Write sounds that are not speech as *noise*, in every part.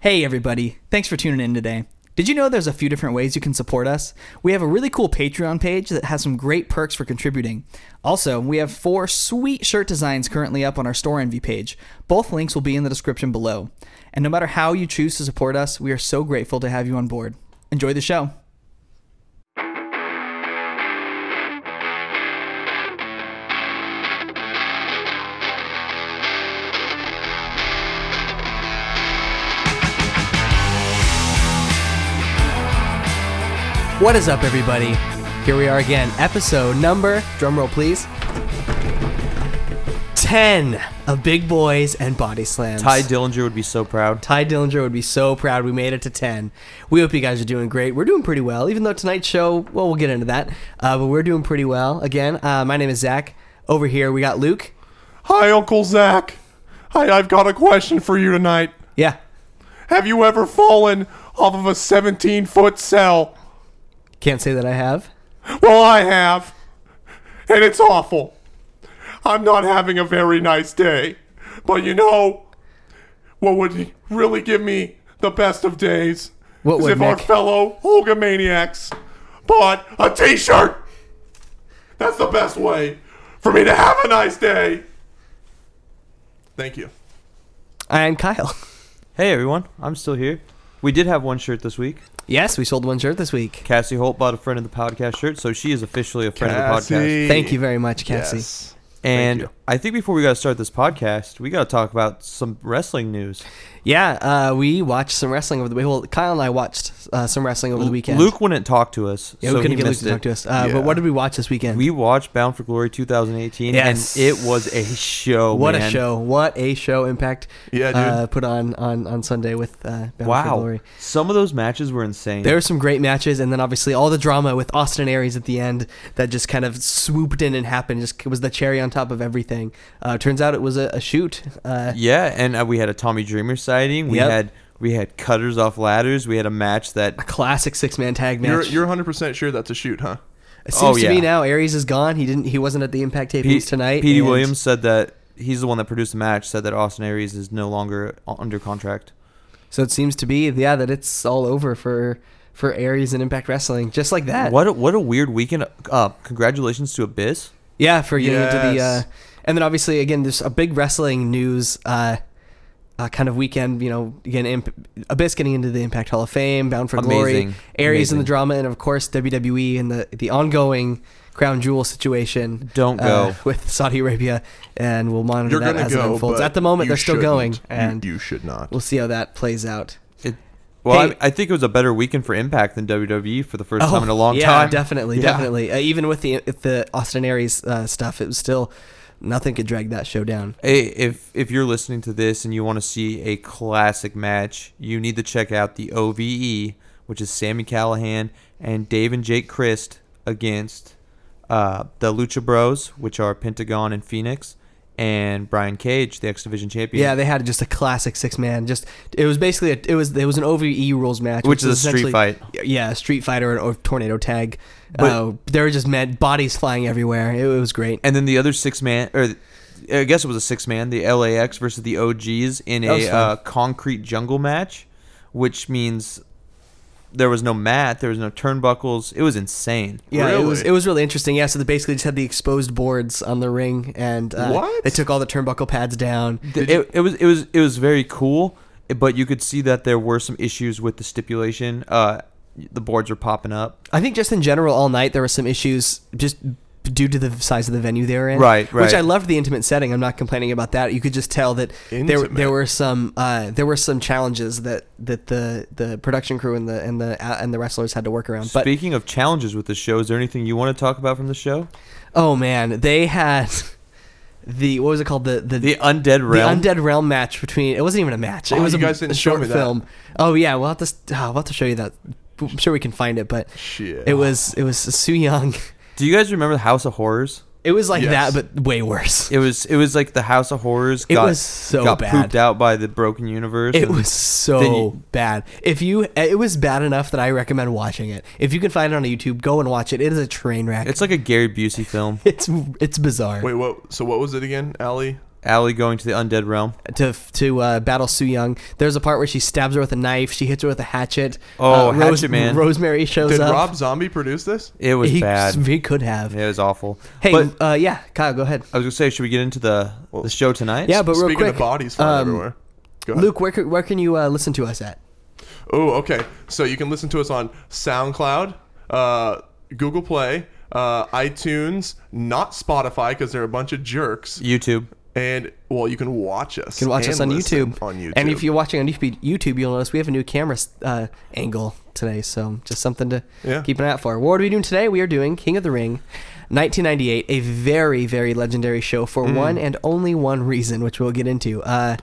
Hey, everybody. Thanks for tuning in today. Did you know there's a few different ways you can support us? We have a really cool Patreon page that has some great perks for contributing. Also, we have four sweet shirt designs currently up on our Store Envy page. Both links will be in the description below. And no matter how you choose to support us, we are so grateful to have you on board. Enjoy the show. What is up, everybody? Here we are again, episode number, drumroll please, 10 of Big Boys and Body Slams. Ty Dillinger would be so proud. Ty Dillinger would be so proud we made it to 10. We hope you guys are doing great. We're doing pretty well, even though tonight's show, well, we'll get into that. Uh, but we're doing pretty well. Again, uh, my name is Zach. Over here, we got Luke. Hi, Uncle Zach. Hi, I've got a question for you tonight. Yeah. Have you ever fallen off of a 17 foot cell? Can't say that I have. Well, I have. And it's awful. I'm not having a very nice day. But you know, what would really give me the best of days What is would, if our Nick? fellow Hulkamaniacs bought a t shirt. That's the best way for me to have a nice day. Thank you. I am Kyle. *laughs* Hey everyone, I'm still here. We did have one shirt this week. yes, we sold one shirt this week. Cassie Holt bought a friend of the podcast shirt, so she is officially a friend of the podcast. Cassie. Thank you very much, Cassie. Yes. And you. I think before we got to start this podcast, we got to talk about some wrestling news. Yeah, uh, we watched some wrestling over the weekend. Well, Kyle and I watched uh, some wrestling over the weekend. Luke wouldn't talk to us, yeah, so we couldn't he get Luke missed to it. talk to us. Uh, Yeah. But what did we watch this weekend? We watched Bound for Glory 2018, Yes. and it was a show. What a oh, man. show! What a show! Impact. Yeah, dude. Uh, put on on on Sunday with uh, Bound for Wow, Glory. some of those matches were insane. There were some great matches, and then obviously all the drama with Austin Aries at the end that just kind of swooped in and happened. Just was the cherry on top of everything. Uh, turns out it was a, a shoot. Uh, Yeah, and uh, we had a Tommy Dreamer sighting. We Yep. had we had cutters off ladders. We had a match that a classic six man tag match. You're you're 100 percent sure that's a shoot, huh? it seems oh, to me yeah. now Aries is gone. He didn't. He wasn't at the Impact tapings Pete- tonight. Petey and- Williams said that he's the one that produced the match. Said that Austin Aries is no longer u- under contract. So it seems to be yeah that it's all over for for Aries and Impact Wrestling just like that. What a, what a weird weekend. Uh, congratulations to Abyss. Yeah, for getting into the. Uh, Yes. and then obviously, again, there's a big wrestling news uh, uh, kind of weekend. You know, again, imp- Abyss getting into the Impact Hall of Fame, Bound for Glory, Amazing. Aries and the Amazing. drama, and of course WWE and the the ongoing crown jewel situation. Don't uh, go. with Saudi Arabia, and we'll monitor You're that gonna as it go. unfolds. but At the moment, you they're still shouldn't. going, You- and you, should not. we'll see how that plays out. It, well, Hey. I, I think it was a better weekend for Impact than WWE for the first Oh, time in a long yeah, time. definitely, Yeah. definitely. Uh, even with the if the Austin Aries uh, stuff, it was still nothing could drag that show down. Hey, if if you're listening to this and you want to see a classic match, you need to check out the OVE, which is Sammy Callahan and Dave and Jake Christ against uh, the Lucha Bros, which are Pentagon and Phoenix, and Brian Cage, the X Division champion. Yeah, they had just a classic six man. Just it was basically a, it was it was an OVE rules match, Which is was a street essentially- fight. Yeah, a street fight or a or tornado tag. But- uh, they were just mad bodies flying everywhere. It, was great. and then the other six man, or I guess it was a six man, the LAX versus the OGs in That was a fun. uh, concrete jungle match, which means there was no mat, there was no turnbuckles. It was insane. Yeah, it was Really? it was really interesting. Yeah, so they basically just had the exposed boards on the ring, and uh, What? they took all the turnbuckle pads down. Th- it, it was it was it was very cool, eh, but you could see that there were some issues with the stipulation. Uh, the boards were popping up. I think just in general, all night there were some issues just due to the size of the venue they were in. Right, Which right. I loved the intimate setting. I'm not complaining about that. You could just tell that there Intimate. there were some uh, there were some challenges that that the the production crew and the and the uh, and the wrestlers had to work around. But Speaking of challenges with the show, is there anything you want to talk about from the show? oh man, they had *laughs* the what was it called the the. The undead realm. The Undead Realm match between it wasn't even a match. It Oh, was you a, guys didn't a show short me that. film. Oh yeah, we'll have to oh, we'll have to show you that. I'm sure we can find it, but Shit. it was it was Su Young. *laughs* Do you guys remember the House of Horrors? It was like Yes. that, but way *laughs* worse. It was it was like the House of Horrors. It got, was so got bad. pooped out by the Broken Universe. It and- was so Then you- bad. If you, it was bad enough that I recommend watching it. If you can find it on YouTube, go and watch it. It is *laughs* a train wreck. It's *laughs* It's like a Gary Busey film. it's, it's bizarre. Wait, what? So what was it again, Allie? Allie going to the undead realm. to to uh, battle Su Young. There's a part where she stabs her with a knife. She hits her with a hatchet. Oh, Uh, Hatchet Man. Rosemary shows Did up. Rob Zombie produce this? It was he, bad. He could have. It was awful. Hey, but uh, yeah, Kyle, go ahead. I was gonna say, should we get into the the show tonight? Yeah, but real Speaking quick, of bodies flying um, everywhere. Go ahead. Luke, where c- where can you uh, listen to us at? Oh, okay. So you can listen to us on SoundCloud, uh, Google Play, uh, iTunes, not Spotify because they're a bunch of jerks. YouTube. And well, you can watch us. You can watch and us on listen YouTube. On YouTube. And if you're watching on YouTube, YouTube, you'll notice we have a new camera uh, angle today. So just something to Yeah. keep an eye out for. What are we doing today? We are doing King of the Ring. 1998, a very, very legendary show for Mm. one and only one reason, which we'll get into. Uh,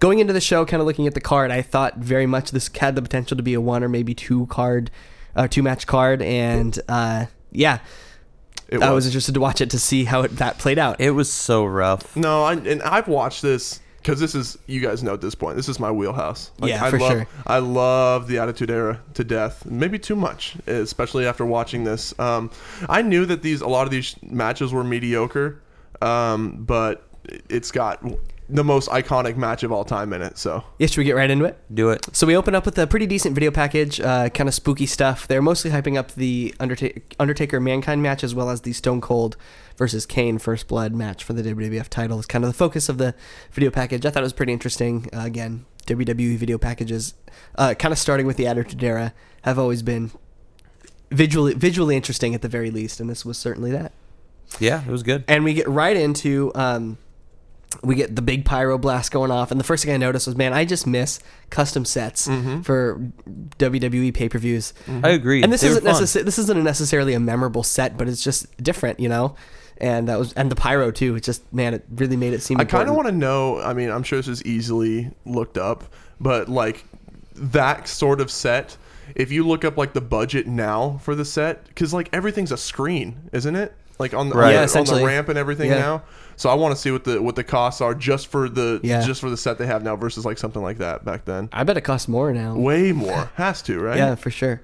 Going into the show, kind of looking at the card, I thought very much this had the potential to be a one or maybe two card, uh, two match card, and uh, yeah, It I was. was interested to watch it to see how it, that played out. It was so rough. no, I, and I've watched this because this is you guys know at this point this is my wheelhouse. Yeah, I for love, sure. I love the Attitude Era to death. Maybe too much, especially after watching this. Um, I knew that these a lot of these matches were mediocre, um, but it's got the most iconic match of all time in it. So yeah, should we get right into it? Do it. So we open up with a pretty decent video package, uh, kind of spooky stuff. They're mostly hyping up the Undertaker, Undertaker Mankind match as well as the Stone Cold versus Kane First Blood match for the WWF title. Is kind of the focus of the video package. I thought it was pretty interesting. Uh, again, WWE video packages, uh, kind of starting with the Attitude Era, have always been visually visually interesting at the very least, and this was certainly that. Yeah, it was good. And we get right into um, we get the big pyro blast going off. And the first thing I noticed was, man, I just miss custom sets Mm-hmm. for WWE pay per views. I agree. Mm-hmm. And this They were isn't fun. necessarily this isn't necessarily a memorable set, but it's just different, you know. And that was and the pyro too. It just man, it really made it seem. I kind of important. want to know. I mean, I'm sure this is easily looked up, but like that sort of set. If you look up like the budget now for the set, because like everything's a screen, isn't it? Like on the, Right. Yeah, on, the- on essentially. the ramp and everything Yeah. now. So I want to see what the what the costs are just for the Yeah. just for the set they have now versus like something like that back then. I bet it costs more now. Way more has to right. yeah, for sure.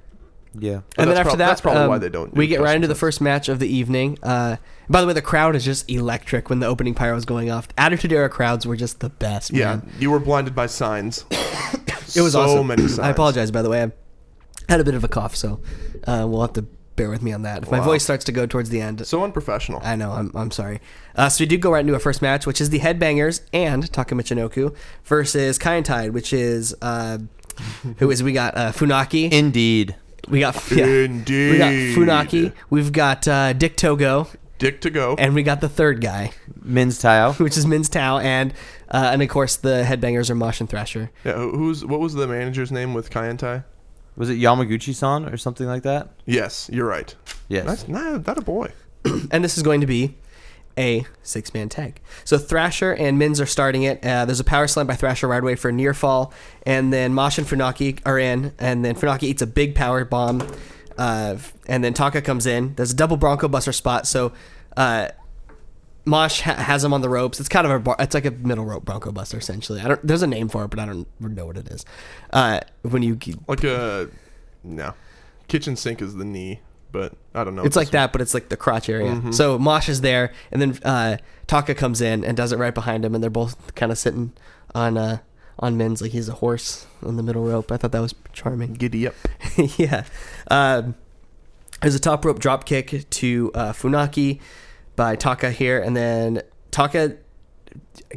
Yeah. and then that's after prob- that, that's probably um, why they don't do we get right custom into the first match of the evening. Uh, by the way, the crowd is just electric when the opening pyro is going off. Attitude era crowds were just the best. Yeah, man. you were blinded by signs. *coughs* It was so awesome. many signs. *clears throat* I apologize, by the way. I had a bit of a cough, so uh, we'll have to bear with me on that. If my Wow. voice starts to go towards the end, So unprofessional. I know, I'm, I'm sorry. Uh, so we do go right into our first match, which is the Headbangers and Takamichinoku versus Kind Tide, which is. Uh, who is we got uh, Funaki? Indeed. we got *laughs* yeah. Indeed. We got Funaki. We've got uh, Dick Togo, Dick to go. and we got the third guy, *laughs* Men's tile. which is Min's Tao, and uh, and of course the Headbangers are Mosh and Thrasher. Yeah, who- who's what was the manager's name with Kaientai? Was it Yamaguchi-san or something like that? Yes, you're right. Yes. That's not that a boy. and this is going to be a six man tag. So Thrasher and Mins are starting it. Uh, there's a power slam by Thrasher right away for a near fall, and then Mosh and Funaki are in, and then Funaki eats a big power bomb, uh, and then Taka comes in. There's a double Bronco Buster spot, so. Uh, Mosh ha- has him on the ropes. It's kind of a bar- it's like a middle rope Bronco Buster essentially. I don't there's a name for it, but I don't know what it is. Uh, when you Like a no. Kitchen sink is the knee, but I don't know. It's like that, but it's like the crotch area. So Mosh is there, and then uh, Taka comes in and does it right behind him, and they're both kind of sitting on uh, on Min's like he's a horse on the middle rope. I thought that was charming. giddy up. *laughs* yeah, um, there's a top rope drop kick to uh, Funaki by Taka here, and then Taka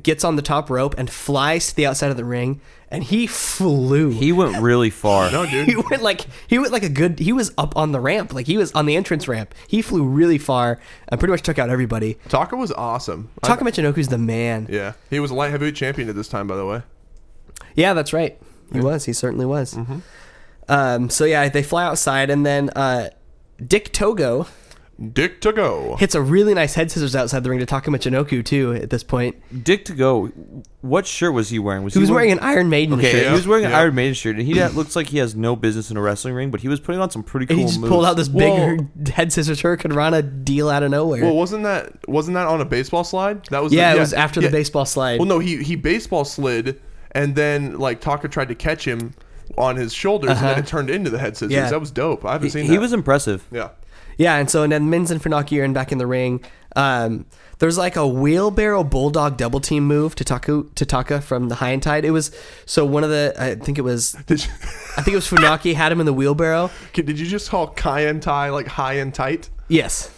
gets on the top rope and flies to the outside of the ring, and he flew. He went really far. No, he Oh, dude. went like he went like a good he was up on the ramp like he was on the entrance ramp he flew really far and pretty much took out everybody Taka was awesome. I- Taka Michinoku's the man yeah, he was a light heavyweight champion at this time, by the way. yeah that's right he was he certainly was Mm-hmm. um, so yeah they fly outside and then uh, Dick Togo Dick to go. hits a really nice head scissors outside the ring to Taka Michinoku too at this point Dick to go. What shirt was he wearing? Was he was wearing an Iron Maiden Okay, shirt Yeah, he was wearing an yeah. Iron Maiden shirt, and he had- looks like he has no business in a wrestling ring, but he was putting on some pretty cool and he just moves. pulled out this big Well- *laughs* head scissors hurricane rana deal out of nowhere Well, wasn't that wasn't that on a baseball slide? That was the- yeah, it was after yeah. the baseball slide Well, no, he he baseball slid, and then like Taka tried to catch him on his shoulders, and then it turned into the head scissors. Uh-huh. Yeah. That was dope. I haven't seen he that. *laughs* was impressive. yeah. Yeah, and so and then Mins and Funaki are in back in the ring. Um, there's like a wheelbarrow bulldog double team move to Taku to Taka from the High and Tide. It was so one of the I think it was Did you, I think it was Funaki had him in the wheelbarrow. did you just call Kai and Tai like high and tight? Yes.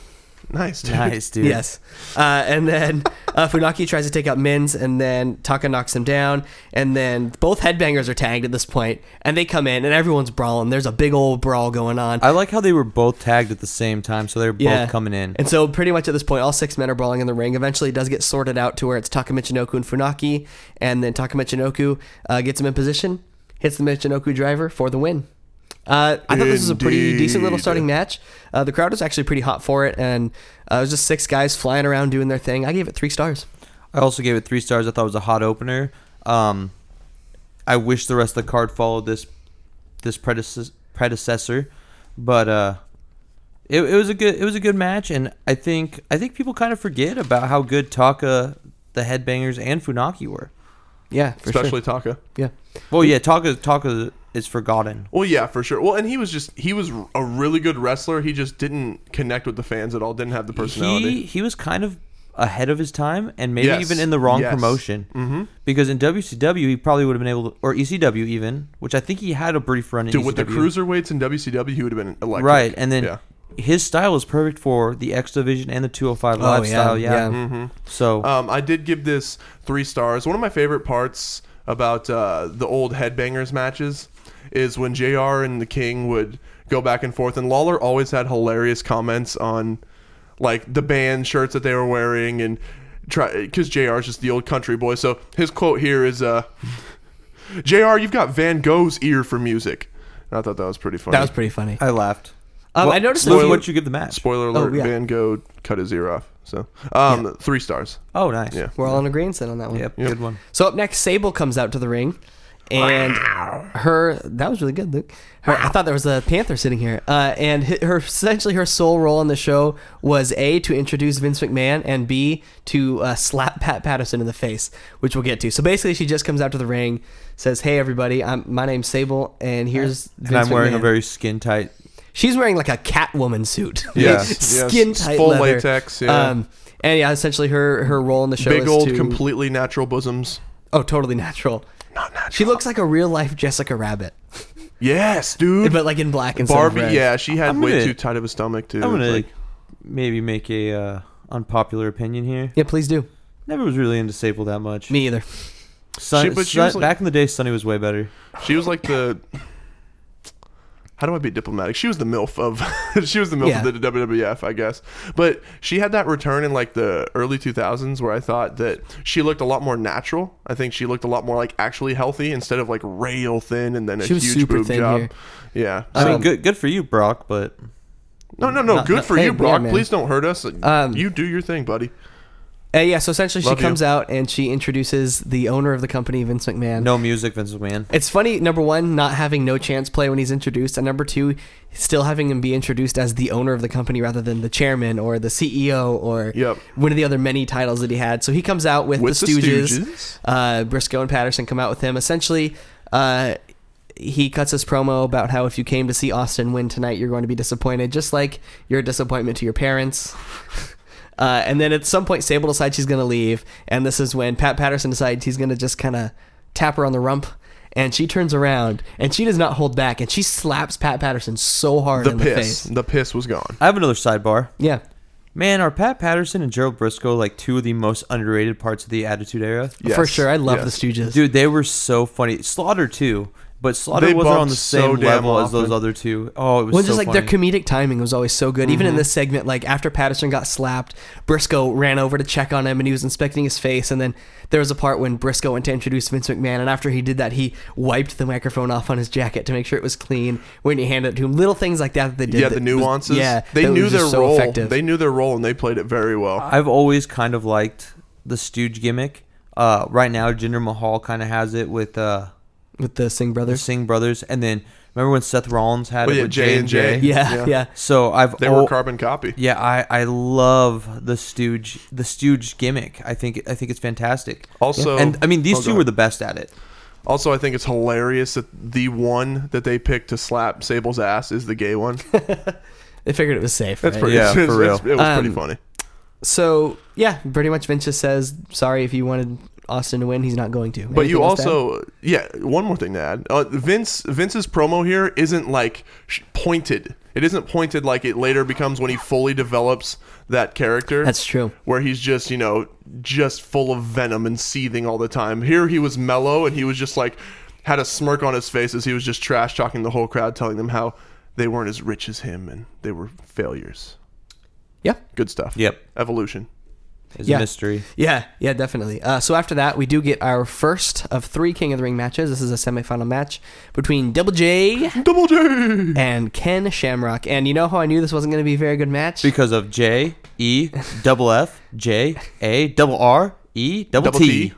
Nice, dude. Nice, dude. Yes. Uh, and then uh, Funaki tries to take out Mins, and then Taka knocks him down. And then both headbangers are tagged at this point, and they come in, and everyone's brawling. There's a big old brawl going on. I like how they were both tagged at the same time, so they're both coming in. And so, pretty much at this point, all six men are brawling in the ring. Eventually, it does get sorted out to where it's Taka Michinoku and Funaki, and then Taka Michinoku uh, gets him in position, hits the Michinoku driver for the win. Uh, I thought this was a pretty decent little Indeed. starting match. Uh, the crowd was actually pretty hot for it, and uh, it was just six guys flying around doing their thing. I gave it three stars. I also gave it three stars. I thought it was a hot opener. Um, I wish the rest of the card followed this this predecessor, predecessor but uh, it, it was a good it was a good match, and I think I think people kind of forget about how good Taka, the Headbangers, and Funaki were. Yeah, for Especially Taka. sure. Yeah, Well, yeah, Taka Taka is forgotten. Well, yeah, for sure. Well, and he was just he was a really good wrestler. He just didn't connect with the fans at all. Didn't have the personality. He he was kind of ahead of his time, and maybe Yes. even in the wrong Yes. promotion. Mm-hmm. Because in WCW, he probably would have been able to, or ECW even, which I think he had a brief run in E Dude, ECW. with the cruiserweights in WCW, he would have been electric. Right, and then Yeah. his style is perfect for the X division and the 205 Live Oh, yeah, style. Yeah. yeah. So Um, I did give this three stars. One of my favorite parts about uh, the old headbangers matches is when JR and the King would go back and forth, and Lawler always had hilarious comments on like the band shirts that they were wearing and try because JR is just the old country boy. So his quote here is uh, JR, you've got Van Gogh's ear for music. And I thought that was pretty funny. Uh, that was pretty funny. I laughed. Um, What- I noticed a What few- would you give the match? Spoiler alert: Oh, yeah. Van Gogh cut his ear off. So, um, three stars. Oh, nice. Yeah. We're all in agreement then on that one. Yep, Yep. Good one. So up next, Sable comes out to the ring, and her that was really good, Luke. Her, I thought there was a panther sitting here, uh, and hi- her essentially her sole role on the show was a to introduce Vince McMahon and b to uh, slap Pat Patterson in the face, which we'll get to. So basically, she just comes out to the ring, says, "Hey everybody, I'm my name's Sable, and here's Vince And I'm wearing a McMahon." very skin tight. She's wearing like a Catwoman suit. *laughs* Yes, *laughs* yes. skin tight Full leather. latex, yeah. Um, and yeah, essentially her her role in the show Big is old, to- completely natural bosoms. oh totally *laughs* natural. Not natural. She looks like a real life Jessica Rabbit, yes, dude. but like in black and Hmm. Barbie, red. yeah, she had I'm way gonna- too tight of a stomach too. I'm gonna Like, maybe make a uh, unpopular opinion here. Yeah, please do. Never was really into Sable that much. Me either. Sun, Shit, but she was Sun- like- back in the day, Sunny was way better. she was like the. How do I be diplomatic? She was the milf of, *laughs* she was the milf Yeah. of the WWF, I guess. But she had that return in like the early 2000s where I thought that she looked a lot more natural. I think she looked a lot more like actually healthy instead of like rail thin and then a She was huge super boob thin job. here. Yeah. I mean, Um, good good for you, Brock, but No, no, no. Not- Good not- for hey, you, yeah, Brock. man. Please don't hurt us. Um, you do your thing, buddy. Uh, yeah, so essentially Love she you. comes out and she introduces the owner of the company, Vince McMahon. no music, Vince McMahon. It's funny, number one, not having no chance play when he's introduced, and number two, still having him be introduced as the owner of the company rather than the chairman or the CEO or Yep. one of the other many titles that he had. So he comes out with, With the the Stooges. Stooges. Uh, Briscoe and Patterson come out with him. Essentially, uh, he cuts his promo about how if you came to see Austin win tonight, you're going to be disappointed, just like you're a disappointment to your parents. *laughs* Uh, and then at some point, Sable decides she's going to leave. And this is when Pat Patterson decides he's going to just kind of tap her on the rump. And she turns around and she does not hold back. And she slaps Pat Patterson so hard The in the piss. face. The piss was gone. I have another sidebar. Yeah. Man, are Pat Patterson and Gerald Briscoe like two of the most underrated parts of the Attitude Era? Yes, For sure. I love yes. the Stooges. Dude, they were so funny. Slaughter too, but Slaughter They wasn't on bumped the same so damn level as those often. other two. Oh, it was Well, so just like funny. their comedic timing was always so good. Even Mm-hmm. in this segment, like after Patterson got slapped, Briscoe ran over to check on him and he was inspecting his face. And then there was a part when Briscoe went to introduce Vince McMahon. And after he did that, he wiped the microphone off on his jacket to make sure it was clean when he handed it to him. Little things like that that they did. yeah, the that was- nuances. yeah. they that knew was their just so role. Effective. Uh, They knew their role and they played it very well. I've always kind of liked the Stooge gimmick. Uh, right now, Jinder Mahal kind of has it with uh, With the Singh the brothers. Singh brothers, and then remember when Seth Rollins had Oh, it yeah, with J and J? *laughs* J&J. Yeah, yeah. Yeah. So I've They were al- a carbon copy. Yeah, I, I love the Stooge the Stooge gimmick. I think I think it's fantastic. Also- and I mean these Oh, two go were ahead. the best at it. Also, I think it's hilarious that the one that they picked to slap Sable's ass is the gay one. *laughs* They figured it was safe. That's right? pretty. Yeah, *laughs* it's- for it's- real. It was pretty Um, funny. so yeah, pretty much Vince just says sorry if you wanted Austin to win, he's not going to. But Anything you else to add? also, yeah. One more thing to add: uh, Vince Vince's promo here isn't like sh- pointed. It isn't pointed like it later becomes when he fully develops that character. That's true. Where he's just you know just full of venom and seething all the time. Here he was mellow and he was just like had a smirk on his face as he was just trash talking the whole crowd, telling them how they weren't as rich as him and they were failures. Yeah. Good stuff. Yep. Evolution. It's Yeah. a mystery. Yeah, yeah, definitely. Uh, so after that, we do get our first of three King of the Ring matches. This is a semifinal match between Double J Double J. Mm-hmm. and Ken Shamrock. And you know how I knew this wasn't going to be a very good match? Because of J E double F J A double R E double Double T. T.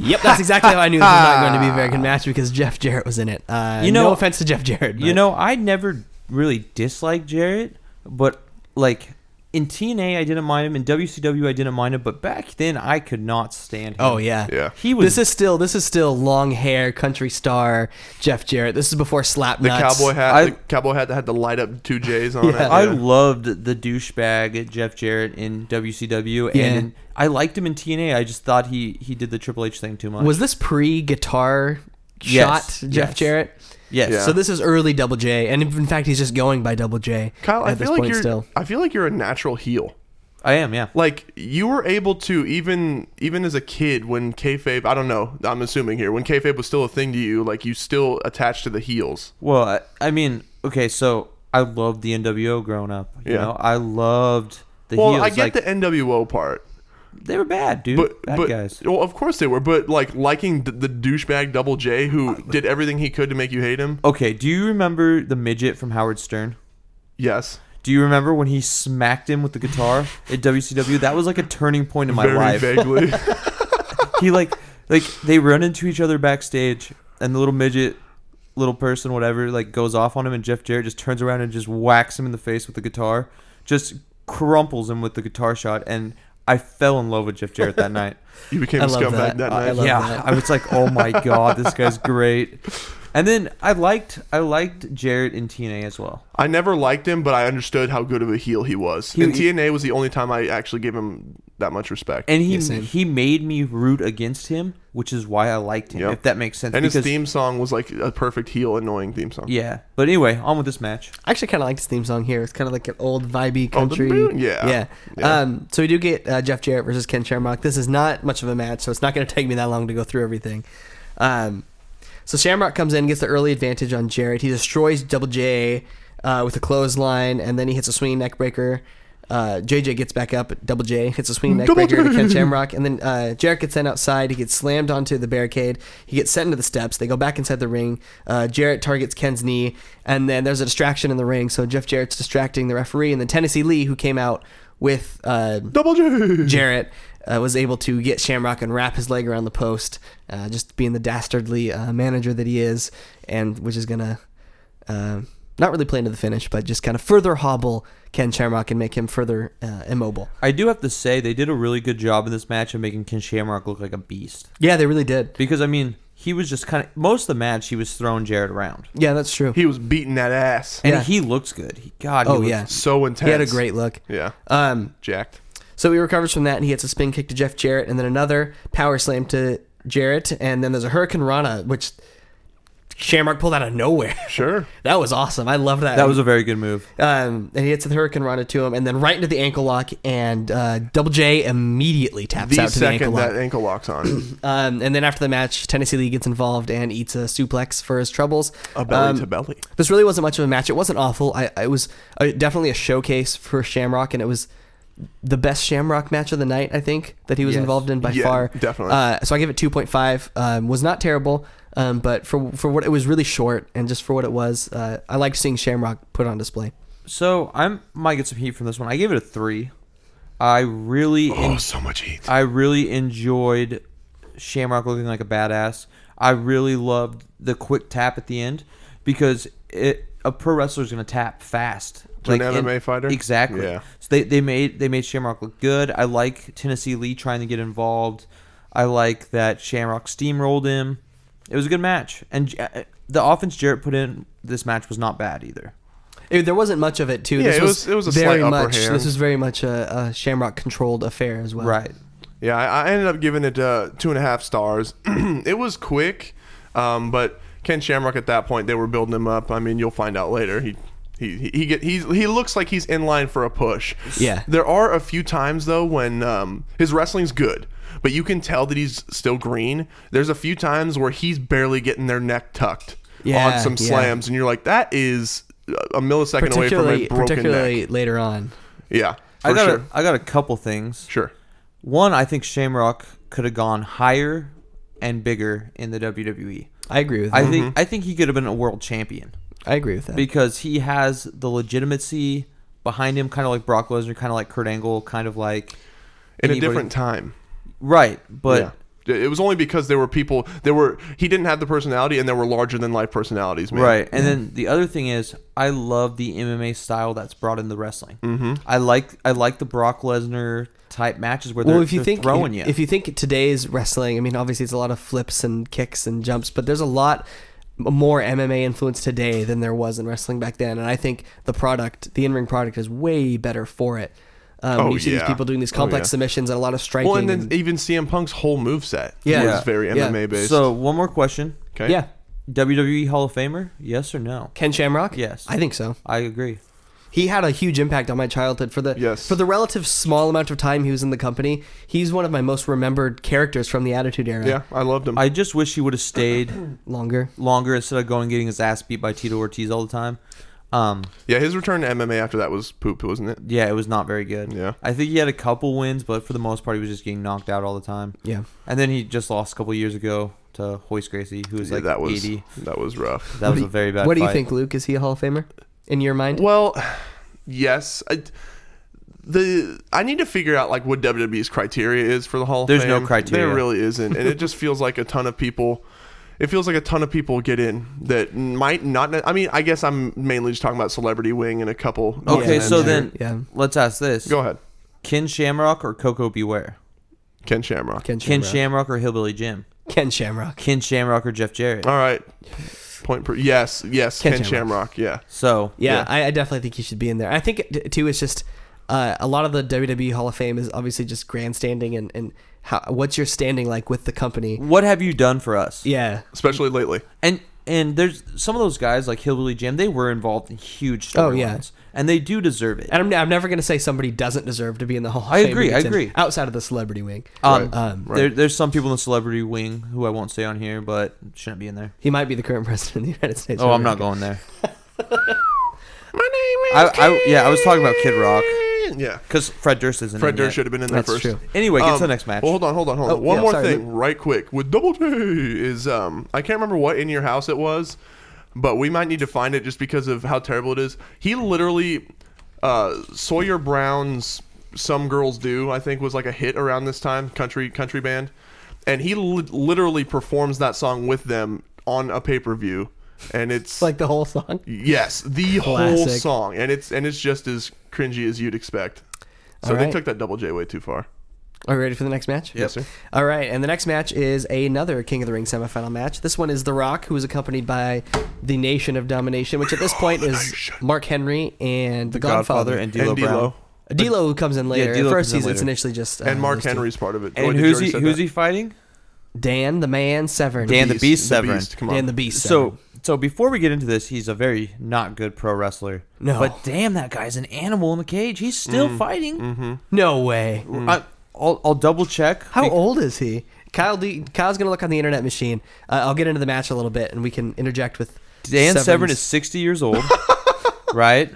Yep, that's exactly how I knew this was not going to be a very good match because Jeff Jarrett was in it. Uh, You know- no offense to Jeff Jarrett. You but- know, I never really disliked Jarrett, but like in TNA I didn't mind him, in WCW I didn't mind him, but back then I could not stand him. Oh yeah, Yeah. He was This is still this is still long hair country star Jeff Jarrett. This is before slap The nuts. cowboy hat. I- the cowboy hat that had the light up two *laughs* J's on it. I Yeah. loved the douchebag Jeff Jarrett in WCW, Yeah. and in- I liked him in TNA. I just thought he he did the Triple H thing too much. Was this pre guitar Yes, shot Jeff yes. Jarrett? yes, Yeah. So this is early Double J, and in fact, he's just going by Double J Kyle, at I this feel like point you're. still. I feel like you're a natural heel. I am. Yeah, Like you were able to even even as a kid when kayfabe. I don't know. I'm assuming here when kayfabe was still a thing to you. Like you still attached to the heels. Well, I, I mean, okay, so I loved the NWO growing up. You Yeah. know, I loved the Well, heels. I get like, the NWO part, they were bad, dude. but bad but guys. well, of course they were. But like liking the, the douchebag Double J who did everything he could to make you hate him. Okay, do you remember the midget from Howard Stern? Yes, Do you remember when he smacked him with the guitar at WCW? That was like a turning point in my very *laughs* life. vaguely. he like like they run into each other backstage and the little midget little person whatever like goes off on him and jeff jarrett just turns around and just whacks him in the face with the guitar just crumples him with the guitar shot and i fell in love with jeff jarrett that night you became I a love scumbag that. that, I night. *laughs* love yeah that. i was like oh my god this guy's great and then i liked i liked jarrett in tna as well I never liked him, but I understood how good of a heel he was. He- and TNA was the only time I actually gave him that much respect. And, and he Yeah, same. he made me root against him which is why i liked him Yep. if that makes sense his because- theme song was like a perfect heel, annoying theme song. yeah but anyway on with this match I actually kind of like this theme song here. It's kind of like an old vibey Oh, the country. boom, yeah. yeah. Yeah. Um, so we do get uh, Jeff Jarrett versus Ken Shamrock. This is not much of a match, so it's not going to take me that long to go through everything. Um, so Shamrock comes in, gets the early advantage on Jarrett. He destroys Double J uh, with a clothesline, and then he hits a swinging neckbreaker. Uh, JJ gets back up. Double J hits a swinging Double neckbreaker to J. Ken Shamrock, and then uh, Jarrett gets sent outside. He gets slammed onto the barricade. He gets sent into the steps. They go back inside the ring. Uh, Jarrett targets Ken's knee, and then there's a distraction in the ring. So Jeff Jarrett's distracting the referee, and then Tennessee Lee, who came out with uh, Double J. Jarrett uh, was able to get Shamrock and wrap his leg around the post, uh, just being the dastardly uh, manager that he is, and which is gonna uh, not really play into the finish, but just kind of further hobble Ken Shamrock and make him further uh, immobile. I do have to say they did a really good job in this match of making Ken Shamrock look like a beast. Yeah, they really did. Because I mean, he was just kind of most of the match he was throwing Jarrett around, Yeah, that's true. He was beating that ass. and Yeah. he looks good. He, God, he oh looked- yeah, So intense. he had a great look. Yeah. Um, Jacked. So he recovers from that and he hits a spin kick to Jeff Jarrett and then another power slam to Jarrett and then there's a Hurricane Rana which Shamrock pulled out of nowhere. *laughs* Sure. that was awesome. I love that. that was a very good move. um, and he hits the Hurricane Rana to him and then right into the ankle lock and uh, Double J immediately taps The out to the ankle second lock. that ankle *clears throat* lock's on. Um, and then after the match, Tennessee Lee gets involved and eats a suplex for his troubles. a belly Um, to belly. this really wasn't much of a match. It wasn't awful. I it was uh definitely a showcase for Shamrock, and it was the best Shamrock match of the night. I think that he was Yes. involved in by Yeah, far. definitely. Uh, so I give it two point five. Um, was not terrible, um, but for for what it was really short, and just for what it was, uh, I liked seeing Shamrock put on display. So I might get some heat from this one. I gave it a three. *sighs* I really, en- Oh, so much heat. I really enjoyed Shamrock looking like a badass. I really loved the quick tap at the end because it a pro wrestler's gonna tap fast. To an MMA fighter? Exactly. Yeah. So they, they made they made Shamrock look good. I like Tennessee Lee trying to get involved. I like that Shamrock steamrolled him. uh, It was a good match, and J- the offense Jarrett put in this match was not bad either. It- there wasn't much of it too. Yeah, this it was, was- it was a very slight upper much. hand. This was very much a, a Shamrock controlled affair as well. Right. Yeah, I, I ended up giving it uh, two and a half stars. *clears throat* it was quick, um, but Ken Shamrock at that point they were building him up. I mean, you'll find out later. He he he- he get, he's, he looks like he's in line for a push. Yeah. There are a few times though when um, his wrestling's good, but you can tell that he's still green. There's a few times where he's barely getting their neck tucked Yeah, on some yeah. slams, and you're like, that is a millisecond away from Particularly, a broken particularly neck. later on. Yeah, I for got sure. a, I got a couple things. Sure. One, I think Shamrock could have gone higher and bigger in the WWE. I agree with that. I think I think he could have been a world champion I, agree with that. because he has the legitimacy behind him, kind of like Brock Lesnar, kind of like Kurt Angle, kind of like In a anybody- different time. right. But yeah. it was only because there were people there were he didn't have the personality and there were larger than life personalities man. Right. And then the other thing is I love the MMA style that's brought in the wrestling. Mm-hmm. I like I like the Brock Lesnar type matches where they're, well, if you they're think throwing you. if you think today's wrestling, I mean, obviously it's a lot of flips and kicks and jumps, but there's a lot more MMA influence today than there was in wrestling back then. And I think the product, the in-ring product, is way better for it. Um, Oh, you see these yeah. people doing these Oh, complex yeah. submissions and a lot of striking. well and then and- even CM Punk's whole moveset Yeah. was Yeah. very Yeah. MMA based so one more question. okay yeah, WWE Hall of Famer? Yes or no? Ken Shamrock. Yes. I think so. I agree. He had a huge impact on my childhood for the Yes. for the relative small amount of time he was in the company. He's one of my most remembered characters from the Attitude Era. yeah I loved him I just wish he would have stayed longer. longer instead of going and getting his ass beat by Tito Ortiz all the time. Um, yeah his return to MMA after that was poop wasn't it yeah, it was not very good. Yeah. I think he had a couple wins, but for the most part, he was just getting knocked out all the time. Yeah. And then he just lost a couple years ago to Hoist Gracie, who was Yeah, like that was *laughs* 80. that was rough That was a very bad what do you fight. think, Luke? Is he a Hall of Famer in your mind? well yes I, the I need to figure out like what WWE's criteria is for the Hall of There's Fame. no criteria. There really isn't, and it just feels like a ton of people. It feels like a ton of people get in that might not. I mean, I guess I'm mainly just talking about celebrity wing and a couple. Okay, Yeah, so sure. then Yeah. let's ask this: go ahead, Ken Shamrock or Coco Beware? Ken Shamrock. Ken Ken Shamrock. Shamrock or Hillbilly Jim? Ken Shamrock. Ken Shamrock or Jeff Jarrett? All right. Point per. Yes, yes. Ken Ken, Shamrock. Shamrock. Yeah. So Yeah, Yeah. I, I definitely think he should be in there. I think it, too. It's just uh, a lot of the WWE Hall of Fame is obviously just grandstanding and and how what's your standing like with the company? what have you done for us? Yeah. Especially lately. And and there's some of those guys like Hillbilly Jim. They were involved in huge storylines, Oh, yeah. and they do deserve it. And I'm, I'm never going to say somebody doesn't deserve to be in the Hall of I Fame. if agree, I it's in- agree. Outside of the celebrity wing. Um, Um, There, there's some people in the celebrity wing who I won't say on here, but shouldn't be in there. He might be the current *laughs* president of the United States. Oh, of I'm not America. going there. My I, I yeah, I was talking about Kid Rock Yeah. because Fred Durst isn't. Fred in Durst yet. should have been in there That's first. true. Anyway, get to Um, the next match. Well, hold on, hold on, hold on. Oh, One yeah, more sorry, thing, right quick. With Double J is um, I can't remember what in your house it was, but we might need to find it just because of how terrible it is. He literally, uh, Sawyer Brown's "Some Girls Do" I think was like a hit around this time, country country band, and he li- literally performs that song with them on a pay per view, and it's Like the whole song. Yes, the whole Classic. song, and it's and it's just as cringy as you'd expect. So All they right. took that double J way too far. Are you ready for the next match? Yes, sir. All right, and the next match is another King of the Ring semifinal match. This one is The Rock, who is accompanied by the Nation of Domination, which at this point is Mark Henry and The, Godfather. and And D'Lo Brown. D'Lo. D'Lo who comes in later. D'Lo comes First in season, it's later. initially just uh, and Mark those two. Henry's part of it. Wait, And did you who's already he? said Who's that? he fighting? Dan the Man Severn. Dan the Beast, Severin. Come on. Dan the Beast. So Severn. so before we get into this, he's a very not good pro wrestler. No. but damn, that guy's an animal in the cage. He's still Mm-hmm. fighting. no way. I, I'll, I'll double check. How Be- old is he? Kyle D, Kyle's gonna look on the internet machine. Uh, I'll get into the match a little bit, and we can interject with Dan Severn's- Severn is 60 years old, right?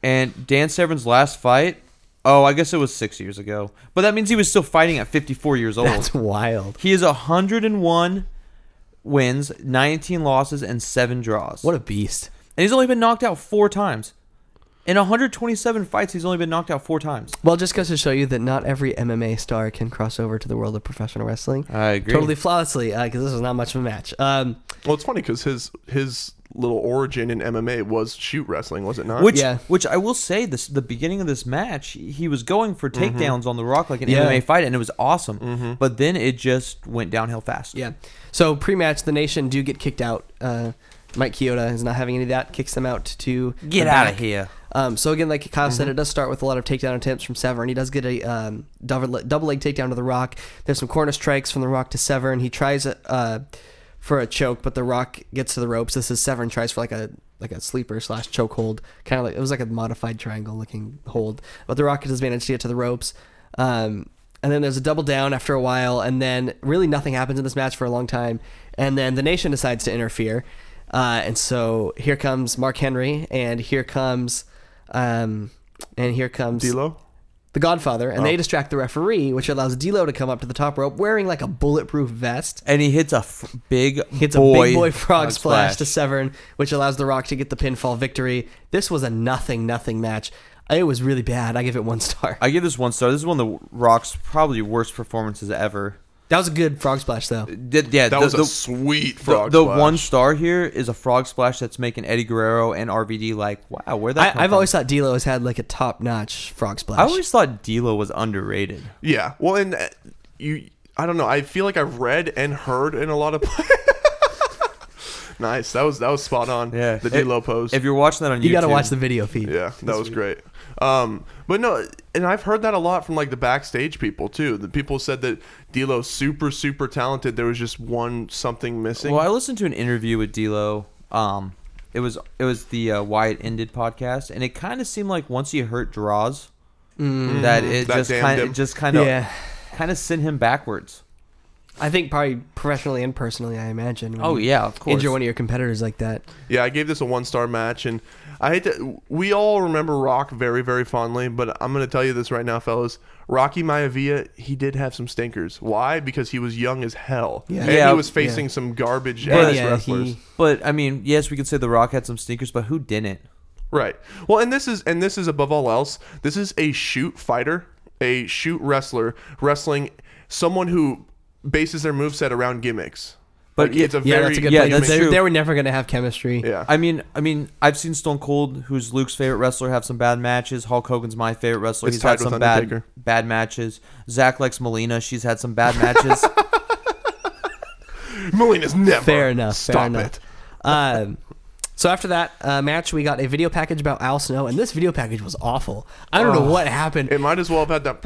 And Dan Severn's last fight, oh, I guess it was six years ago, but that means he was still fighting at 54 years *laughs* old. That's wild. *laughs* he is 101 wins, 19 losses, and seven draws. What a beast. and he's only been knocked out four times. In 127 fights, he's only been knocked out four times. Well, just goes to show you that not every MMA star can cross over to the world of professional wrestling. I agree. Totally flawlessly, because this was not much of a match. Um, Well, it's funny because his his little origin in MMA was shoot wrestling, was it not? Which, Yeah. which I will say, this the beginning of this match, he he was going for takedowns on the Rock like an Mm-hmm. Yeah. Mm-hmm. MMA fight, and it was awesome. But then it just went downhill fast. yeah. So pre-match, the Nation do get kicked out. Uh, Mike Chioda is not having any of that. Kicks them out to Get the out of back. here. Um, so again, like Kyle said, it does start with a lot of takedown attempts from Severn. He does get a um, double, double leg takedown to the Rock. There's some corner strikes from the Rock to Severn. He tries a, uh, for a choke, but the Rock gets to the ropes. This is Severn tries for like a like a sleeper slash choke hold, kind of like it was like a modified triangle looking hold. But the Rock has managed to get to the ropes. Um, and then there's a double down after a while, and then really nothing happens in this match for a long time. And then the nation decides to interfere. Uh, and so here comes Mark Henry, and here comes, um, and here comes D'Lo? the Godfather, and they distract the referee, which allows D'Lo to come up to the top rope wearing like a bulletproof vest. And he hits a f- big Hits boy a big boy frog splash, to Severn, which allows The Rock to get the pinfall victory. This was a nothing nothing match. It was really bad. I give it one star. I give this one star. This is one of the Rock's probably worst performances ever. That was a good frog splash though. Did- yeah, That the, was a the- sweet the- frog. the splash. one star here is a frog splash that's making Eddie Guerrero and RVD like, wow, where that? I, come I've from? always thought D'Lo has had like a top notch frog splash. I always thought D'Lo was underrated. Yeah. Well, and uh, you, I don't know. I feel like I've read and heard in a lot of. *laughs* nice. That was that was spot on. The D'Lo If- pose. If you're watching that on you YouTube, got to watch the video feed. yeah, that was great. Um, but no, and I've heard that a lot from like the backstage people too. The people said that D'Lo's super super talented. There was just one something missing. Well, I listened to an interview with D'Lo. Um, it was it was the uh, Why It Ended podcast, and it kind of seemed like once he hurt draws, that it That just damned kind him. of just kind of Yeah. kind of sent him backwards. I think probably professionally and personally, I imagine. when Oh you yeah, of course. Injure one of your competitors like that. Yeah, I gave this a one star match, and I hate to. We all remember Rock very, very fondly, but I'm going to tell you this right now, fellas. Rocky Maivia, he did have some stinkers. Why? Because he was young as hell, Yeah. and Yeah, he was facing some garbage But- ass yeah, wrestlers. he- But I mean, yes, we could say The Rock had some sneakers, but who didn't? Right. Well, and this is and this is above all else. This is a shoot fighter, a shoot wrestler wrestling someone who bases their moveset around gimmicks. But Like, it's a Yeah, very that's a good yeah, point. that's they, true. they were never going to have chemistry. yeah. I mean, I mean, I've seen Stone Cold, who's Luke's favorite wrestler, have some bad matches. Hulk Hogan's my favorite wrestler. It's He's had tied with some bad, Undertaker. bad matches. Zach likes Molina. She's had some bad *laughs* matches. Molina's never Fair enough. Stop fair it. enough. *laughs* Um, so after that uh, match, we got a video package about Al Snow, and this video package was awful. I don't know what happened. It might as well have had that.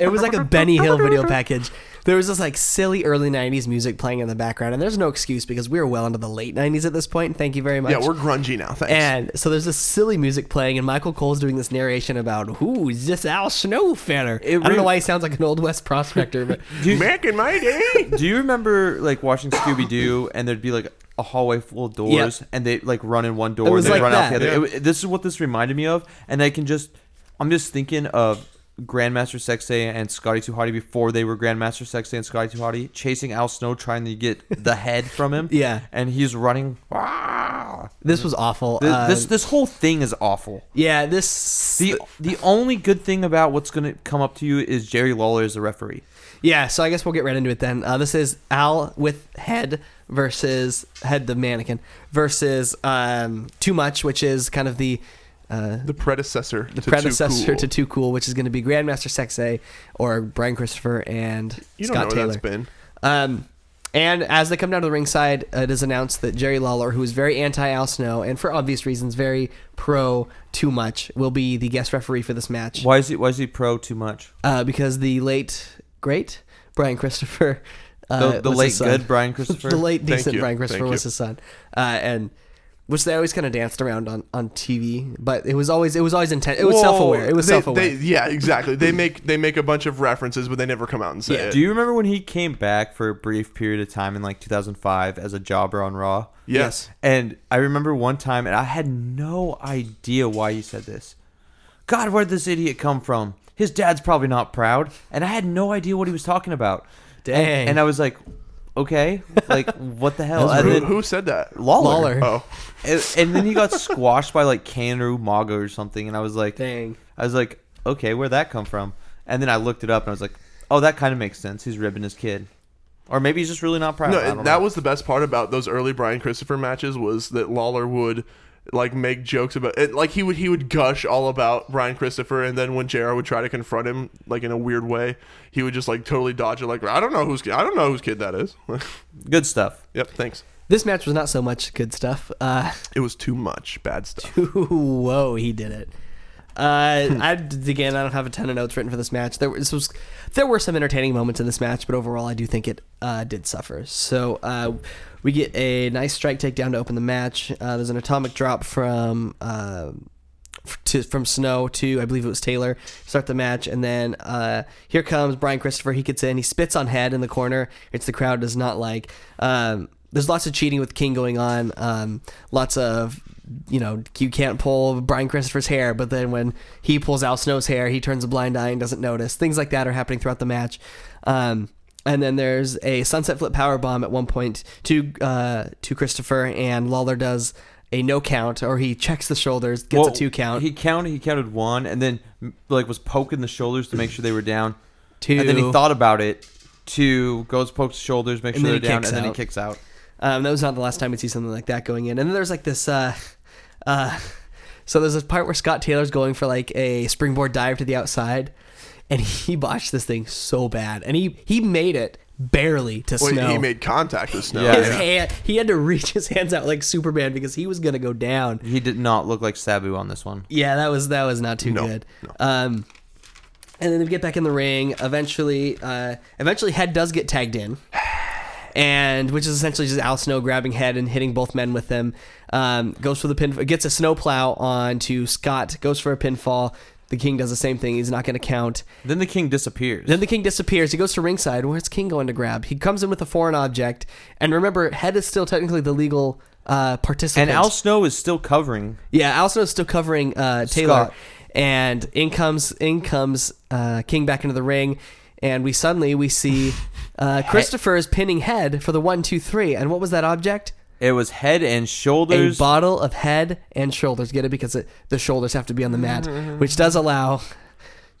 it was like a Benny Hill video package. There was this like silly early '90s music playing in the background, and there's no excuse because we were well into the late '90s at this point. Thank you very much. Yeah, we're grungy now. Thanks. and so there's this silly music playing, and Michael Cole's doing this narration about who's this Al Snow feller. I don't know why he sounds like an old West prospector, *laughs* but Back in *laughs* my day. Do you remember like watching Scooby Doo and there'd be like a hallway full of doors and they like run in one door was and they like run out the that. other? Yeah. It w- this is what this reminded me of, and I can just I'm just thinking of Grandmaster Sexay and Scotty Too Hotty before they were Grandmaster Sexay and Scotty Too Hotty chasing Al Snow trying to get *laughs* the head from him. Yeah. and he's running. "Wah!" this was awful. Th- Uh, this this whole thing is awful. yeah, this The the only good thing about what's gonna come up to you is Jerry Lawler is a referee. Yeah, so I guess we'll get right into it then. Uh, this is Al with Head versus Head the mannequin versus um, Too Much, which is kind of the uh, The predecessor. The predecessor to Too Cool, which is going to be Grandmaster Sexay or Brian Christopher and You don't Scott know where Taylor. that's been. Um, and as they come down to the ringside, it is announced that Jerry Lawler, who is very anti Al Snow and for obvious reasons very pro Too Much, will be the guest referee for this match Why is he why is he pro too much? uh, because the late great Brian Christopher, uh, The, the was late his son. *laughs* good Brian Christopher. the late decent you, Brian Christopher thank was you. his son, uh, and which they always kind of danced around on, on TV, but it was always it was always intent. It was Whoa, self aware. It was they- self aware. they- Yeah, *laughs* exactly. They make they make a bunch of references, but they never come out and say it. Do you remember when he came back for a brief period of time in like 2005 as a jobber on Raw? Yes. And I remember one time, and I had no idea why he said this. God, where'd this idiot come from? His dad's probably not proud, and I had no idea what he was talking about. Dang. And I was like, okay, like what the hell? That And was Who, then, who said that? Lawler. Lawler. Oh, And, and then he got squashed by like Kanru Maga or something, and I was like, Dang. I was like, okay, where'd that come from? And then I looked it up, and I was like, oh, that kind of makes sense. He's ribbing his kid, or maybe he's just really not proud. I no, don't that know. was the best part about those early Brian Christopher matches was that Lawler would like make jokes about it, like he would he would gush all about Brian Christopher, and then when JR would try to confront him like in a weird way, he would just like totally dodge it, like I don't know who's I don't know whose kid that is. *laughs* good stuff. yep, thanks. This match was not so much good stuff. *laughs* Uh, It was too much bad stuff. whoa, he did it. Uh, I again, I don't have a ton of notes written for this match. There was, was there were some entertaining moments in this match, but overall, I do think it uh, did suffer. So uh, we get a nice strike takedown to open the match. Uh, there's an atomic drop from. Uh, f- to, from Snow to I believe it was Taylor start the match, and then uh, here comes Brian Christopher. He gets in, he spits on head in the corner. It's the crowd does not like. Um, there's lots of cheating with King going on. Um, lots of you know you can't pull Brian Christopher's hair, but then when he pulls Al Snow's hair, he turns a blind eye and doesn't notice. Things like that are happening throughout the match. Um, and then there's a sunset flip power bomb at one point to uh, to Christopher, and Lawler does a no count, or he checks the shoulders, gets Well, a two count. He counted. He counted one, and then m- like was poking the shoulders to make sure they were down. Two. And then he thought about it. Two goes pokes the shoulders, make And sure then they're he down, kicks and then he out. kicks out. Um, that was not the last time we'd see something like that going in. And then there's like this. Uh, uh, so there's this part where Scott Taylor's going for like a springboard dive to the outside, and he *laughs* botched this thing so bad, and he he made it barely to Well, snow. he made contact with Snow. Yeah. his hand, he had to reach his hands out like Superman because he was gonna go down. He did not look like Sabu on this one. Yeah, that was that was not too No, good. no. Um, and then we get back in the ring. Eventually, uh, eventually, Head does get tagged in, and which is essentially just Al Snow grabbing Head and hitting both men with them. Um, goes for the pin, gets a snowplow onto Scott. Goes for a pinfall. The King does the same thing. He's not going to count. Then the king disappears. Then the king disappears. He goes to ringside. Where's King going to grab? He comes in with a foreign object. And remember, Head is still technically the legal uh, participant. and Al Snow is still covering. Yeah, Al Snow's still covering uh, Taylor, Scott. and in comes in comes uh, King back into the ring, and we suddenly we see *laughs* uh, Christopher is pinning Head for the one two three, and what was that object? It was head and A shoulders. bottle of Head and Shoulders. Get it because it, the shoulders have to be on the mat, which does allow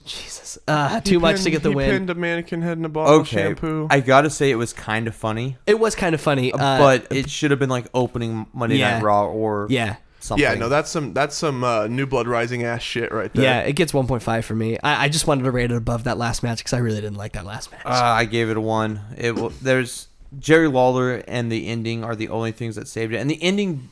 Jesus uh, too much to Pinned- get the Mm-hmm, he win. pinned a mannequin head in a bottle of okay, shampoo. I gotta say it was kind of funny, it was kind of funny, uh, but it should have been like opening Monday yeah. Night Raw or yeah. something. yeah, no, that's some that's some uh, new blood rising ass shit right there. Yeah, it gets 1.5 for me. I, I just wanted to rate it above that last match because I really didn't like that last match. Uh, I gave it a one. It w- there's Jerry Lawler and the ending are the only things that saved it, and the ending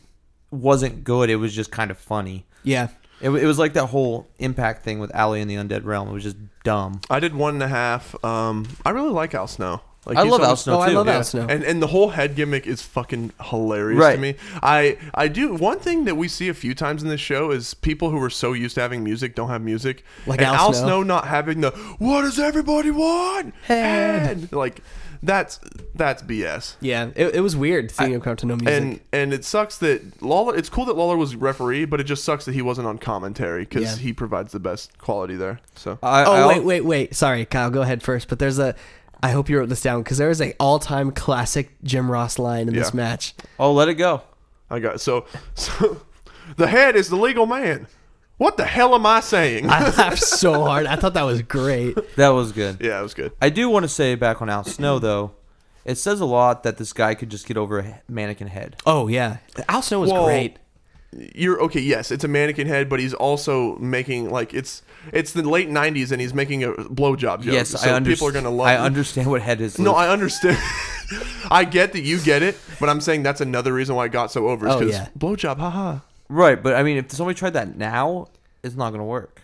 wasn't good. It was just kind of funny. yeah. It, w- it was like that whole impact thing with Ali and the Undead Realm. It was just dumb. I did one and a half. Um, I really like Al Snow. Like I he's love Al almost- Snow oh, I too. love Al Yeah. Snow. And and the whole head gimmick is fucking hilarious Right. to me. I I do one thing that we see a few times in this show is people who are so used to having music don't have music. Like and Al Al Snow. Snow not having the what does everybody want? Head. Like that's that's BS. Yeah, it, it was weird seeing him come to no music. And and it sucks that Lawler. It's cool that Lawler was referee, but it just sucks that he wasn't on commentary because Yeah. he provides the best quality there. So I, oh I al- wait, wait, wait. Sorry, Kyle. Go ahead first. But there's a. I hope you wrote this down because there is a all-time classic Jim Ross line in this Yeah. match. Oh, let it go. I got so *laughs* so. The head is the legal man. What the hell am *laughs* I *laughs* saying? I laughed so hard. I thought that was great. That was good. *laughs* yeah, it was good. I do want to say back on Al Snow though, it says a lot that this guy could just get over a he- mannequin head. Oh yeah, Al Snow was Well, great. You're okay. Yes, it's a mannequin head, but he's also making like it's it's the late '90s, and he's making a blowjob joke. Yes, so I understand. People are gonna love. I it. understand what head is. No, Luke. I understand. *laughs* I get that you get it, but I'm saying that's another reason why it got so over. Oh, Because yeah. blowjob, haha. right, but I mean, if somebody tried that now, it's not gonna work.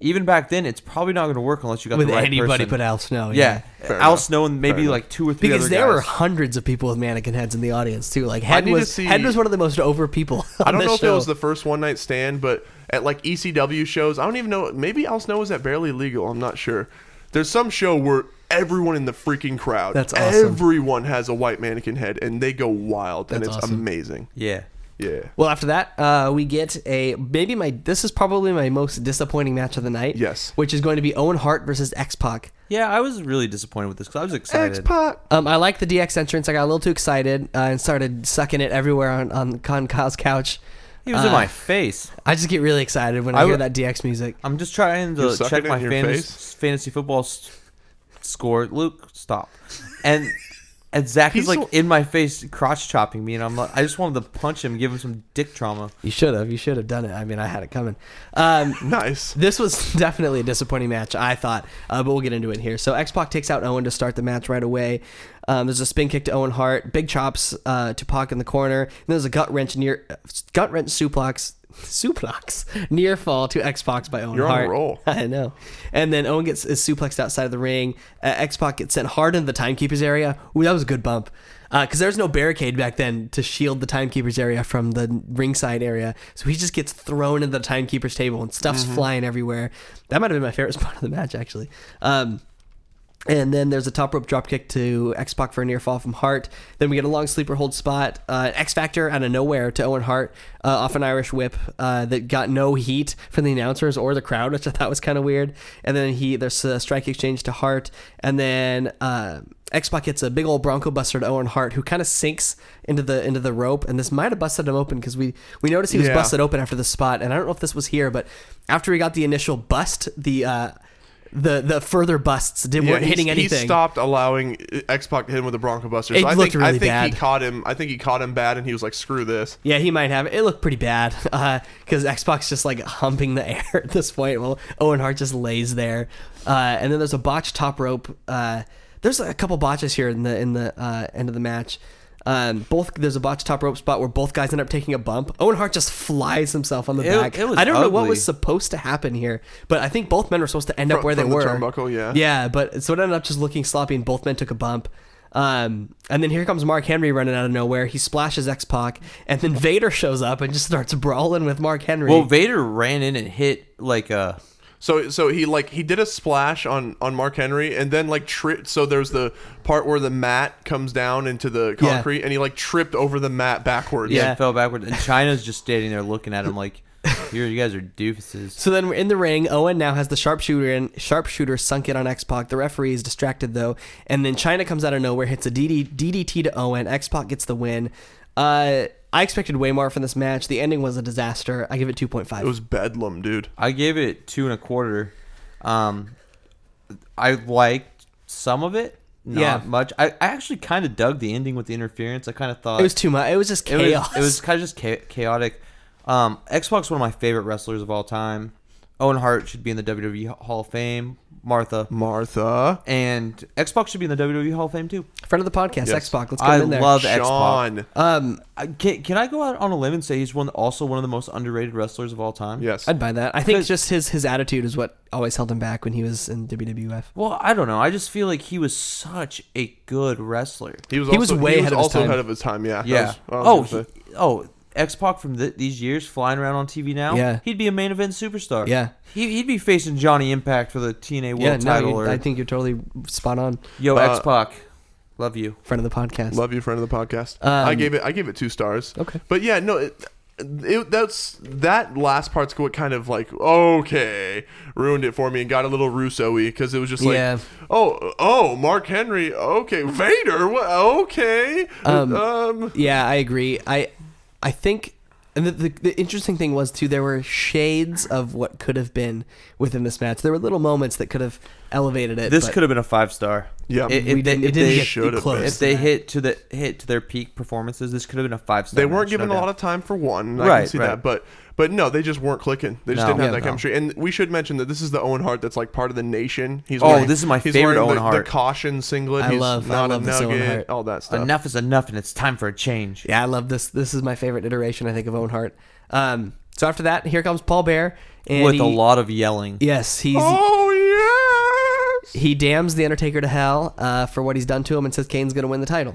Even back then, it's probably not gonna work unless you got With the right anybody person. but Al Snow. Yeah, Fair Al enough. Snow and Fair maybe enough. like two or three Because other there were guys. hundreds of people with mannequin heads in the audience too. Like Head need to was see- Head was one of the most over people. *laughs* On I don't this know if show. it was the first one night stand, but at like ECW shows, I don't even know. Maybe Al Snow was at Barely Legal. I'm not sure. There's some show where everyone in the freaking crowd, That's awesome. everyone has a white mannequin head, and they go wild, and That's it's awesome. amazing. Yeah, Yeah. Well, after that, uh, we get a maybe my this is probably my most disappointing match of the night. Yes. which is going to be Owen Hart versus X Pac. yeah. I was really disappointed with this because I was excited. X-Pac. Um, I like the DX entrance. I got a little too excited uh, and started sucking it everywhere on on Con Kyle's couch. He was Uh, in my face. I just get really excited when I, I hear w- that DX music. I'm just trying You to suck check it in my your fantasy, face? fantasy football s- score. Luke, stop. And And Zach He's is like so- in my face, crotch chopping me, and I'm like, I just wanted to punch him, give him some dick trauma. You should have. You should have done it. I mean, I had it coming. Um, *laughs* Nice. This was *laughs* definitely a disappointing match, I thought, uh, but we'll get into it here. So X Pac takes out Owen to start the match right away. Um, there's a spin kick to Owen Hart, big chops uh, to Pac in the corner, and there's a gut wrench near uh, gut wrench suplex. *laughs* Suplex near fall to X Pac by Owen You're on a Hart. roll. *laughs* I know. And then Owen gets is suplexed outside of the ring. Uh, X Pac gets sent hard into the timekeepers area. Ooh, that was a good bump. Because there was no barricade back then to shield the timekeepers area from the ringside area. So he just gets thrown into the timekeepers table and stuff's Mm-hmm. flying everywhere. That might have been my favorite *laughs* spot of the match, actually. Um, and then there's a top rope dropkick to X Pac for a near fall from Hart. Then we get a long sleeper hold spot, uh, X Factor out of nowhere to Owen Hart uh, off an Irish whip uh, that got no heat from the announcers or the crowd, which I thought was kind of weird. And then he there's a strike exchange to Hart, and then uh, X Pac hits a big old Bronco Buster to Owen Hart, who kind of sinks into the into the rope. And this might have busted him open because we we noticed he was Yeah. busted open after the spot. And I don't know if this was here, but after he got the initial bust, the uh, the the further busts did weren't he- hitting he, anything. stopped allowing X Pac to hit him with the Bronco Buster. So It I looked think, I really think bad. he caught him. I think he caught him bad, and he was like, "Screw this." Yeah, he might have it. It looked pretty bad *laughs* because Xbox just like humping the *laughs* air at this point. Well, Owen Hart just lays there, uh, and then there's a botched top rope. Uh, there's a couple botches here in the in the uh, end of the match. Um, both there's a botched top rope spot where both guys end up taking a bump. Owen Hart just flies himself on the It- back. it was I don't know what ugly. was supposed to happen here, but I think both men were supposed to end up From- where they from the were. turnbuckle, yeah. Yeah, but so it ended up just looking sloppy, and both men took a bump. Um, and then here comes Mark Henry running out of nowhere. He splashes X Pac, and then Vader shows up and just starts brawling with Mark Henry. Well, Vader ran in and hit like uh, a. So so he like he did a splash on on Mark Henry, and then like tripped. So there's the part where the mat comes down into the Yeah. concrete, and he like tripped over the mat backwards. Yeah, Yeah. fell backwards, and China's just standing there *laughs* looking at him like, "You you guys are doofuses." so then we're in the ring. Owen now has the sharpshooter and sharpshooter sunk in on X Pac. The referee is distracted though, and then China comes out of nowhere, hits a DD, DDT to Owen. X Pac gets the win. Uh, I expected way more from this match. The ending was a disaster. I give it two point five. It was bedlam, dude. I gave it two and a quarter. Um, I liked some of it, not Yeah. much. I, I actually kind of dug the ending with the interference. I kind of thought it was too much. It was just it was- chaos. It was, kind of just cha- chaotic. Um, Xbox, one of my favorite wrestlers of all time. Owen Hart should be in the WWE Hall of Fame. Martha Martha, and Xbox should be in the WWE Hall of Fame too. friend of the podcast. Yes. X Pac. Let's get I him in there. love Xbox. Sean. um, I- Can, can I go out on a limb and say he's one also one of the most underrated wrestlers of all time? yes. I'd buy that. I think Cause- just his his attitude is what always held him back when he was in WWF. Well, I don't know. I just feel like he was such a good wrestler. He was He was way ahead of his also time. ahead of his time. Yeah. that Yeah. was- I was Oh, gonna he, say. oh, X Pac from th these years flying around on TV now. Yeah. he'd be a main event superstar. Yeah. he, he'd be facing Johnny Impact for the TNA World yeah, no, Title. you- or, I think you're totally spot on. Yo, Uh, X Pac, love you. Friend of the podcast. love you, friend of the podcast. Um, I gave it. I gave it two stars. Okay. But yeah, no. It, it, that's that last part's what kind of like okay ruined it for me and got a little Russo-y because it was just like Yeah. oh oh Mark Henry okay Vader what okay Um, um, Yeah, I agree. I I think and the, the the interesting thing was too there were shades of what could have been within this match. There were little moments that could have elevated it. This but could have been a five star. yeah it- we if they- didn't, if it didn't they get should have close. been. If they hit to the hit to their peak performances, this could have been a five star. they weren't given a lot of time for one I can Right, see right. that but but no they just weren't clicking they just No. didn't have Yeah, that no. chemistry and we should mention that this is the Owen Hart that's like part of the nation he's Oh, wearing- this is my he's favorite wearing Owen the, Hart. the caution singlet I he's love- I not love a this Owen nugget Hart. all that stuff Enough is enough, and it's time for a change. Yeah, I love this. This is my favorite iteration. I think of Owen Hart. Um, so after that, here comes Paul Bear and With a he- lot of yelling. Yes, he's oh yes he damns the Undertaker to hell uh, for what he's done to him and says Kane's going to win the title.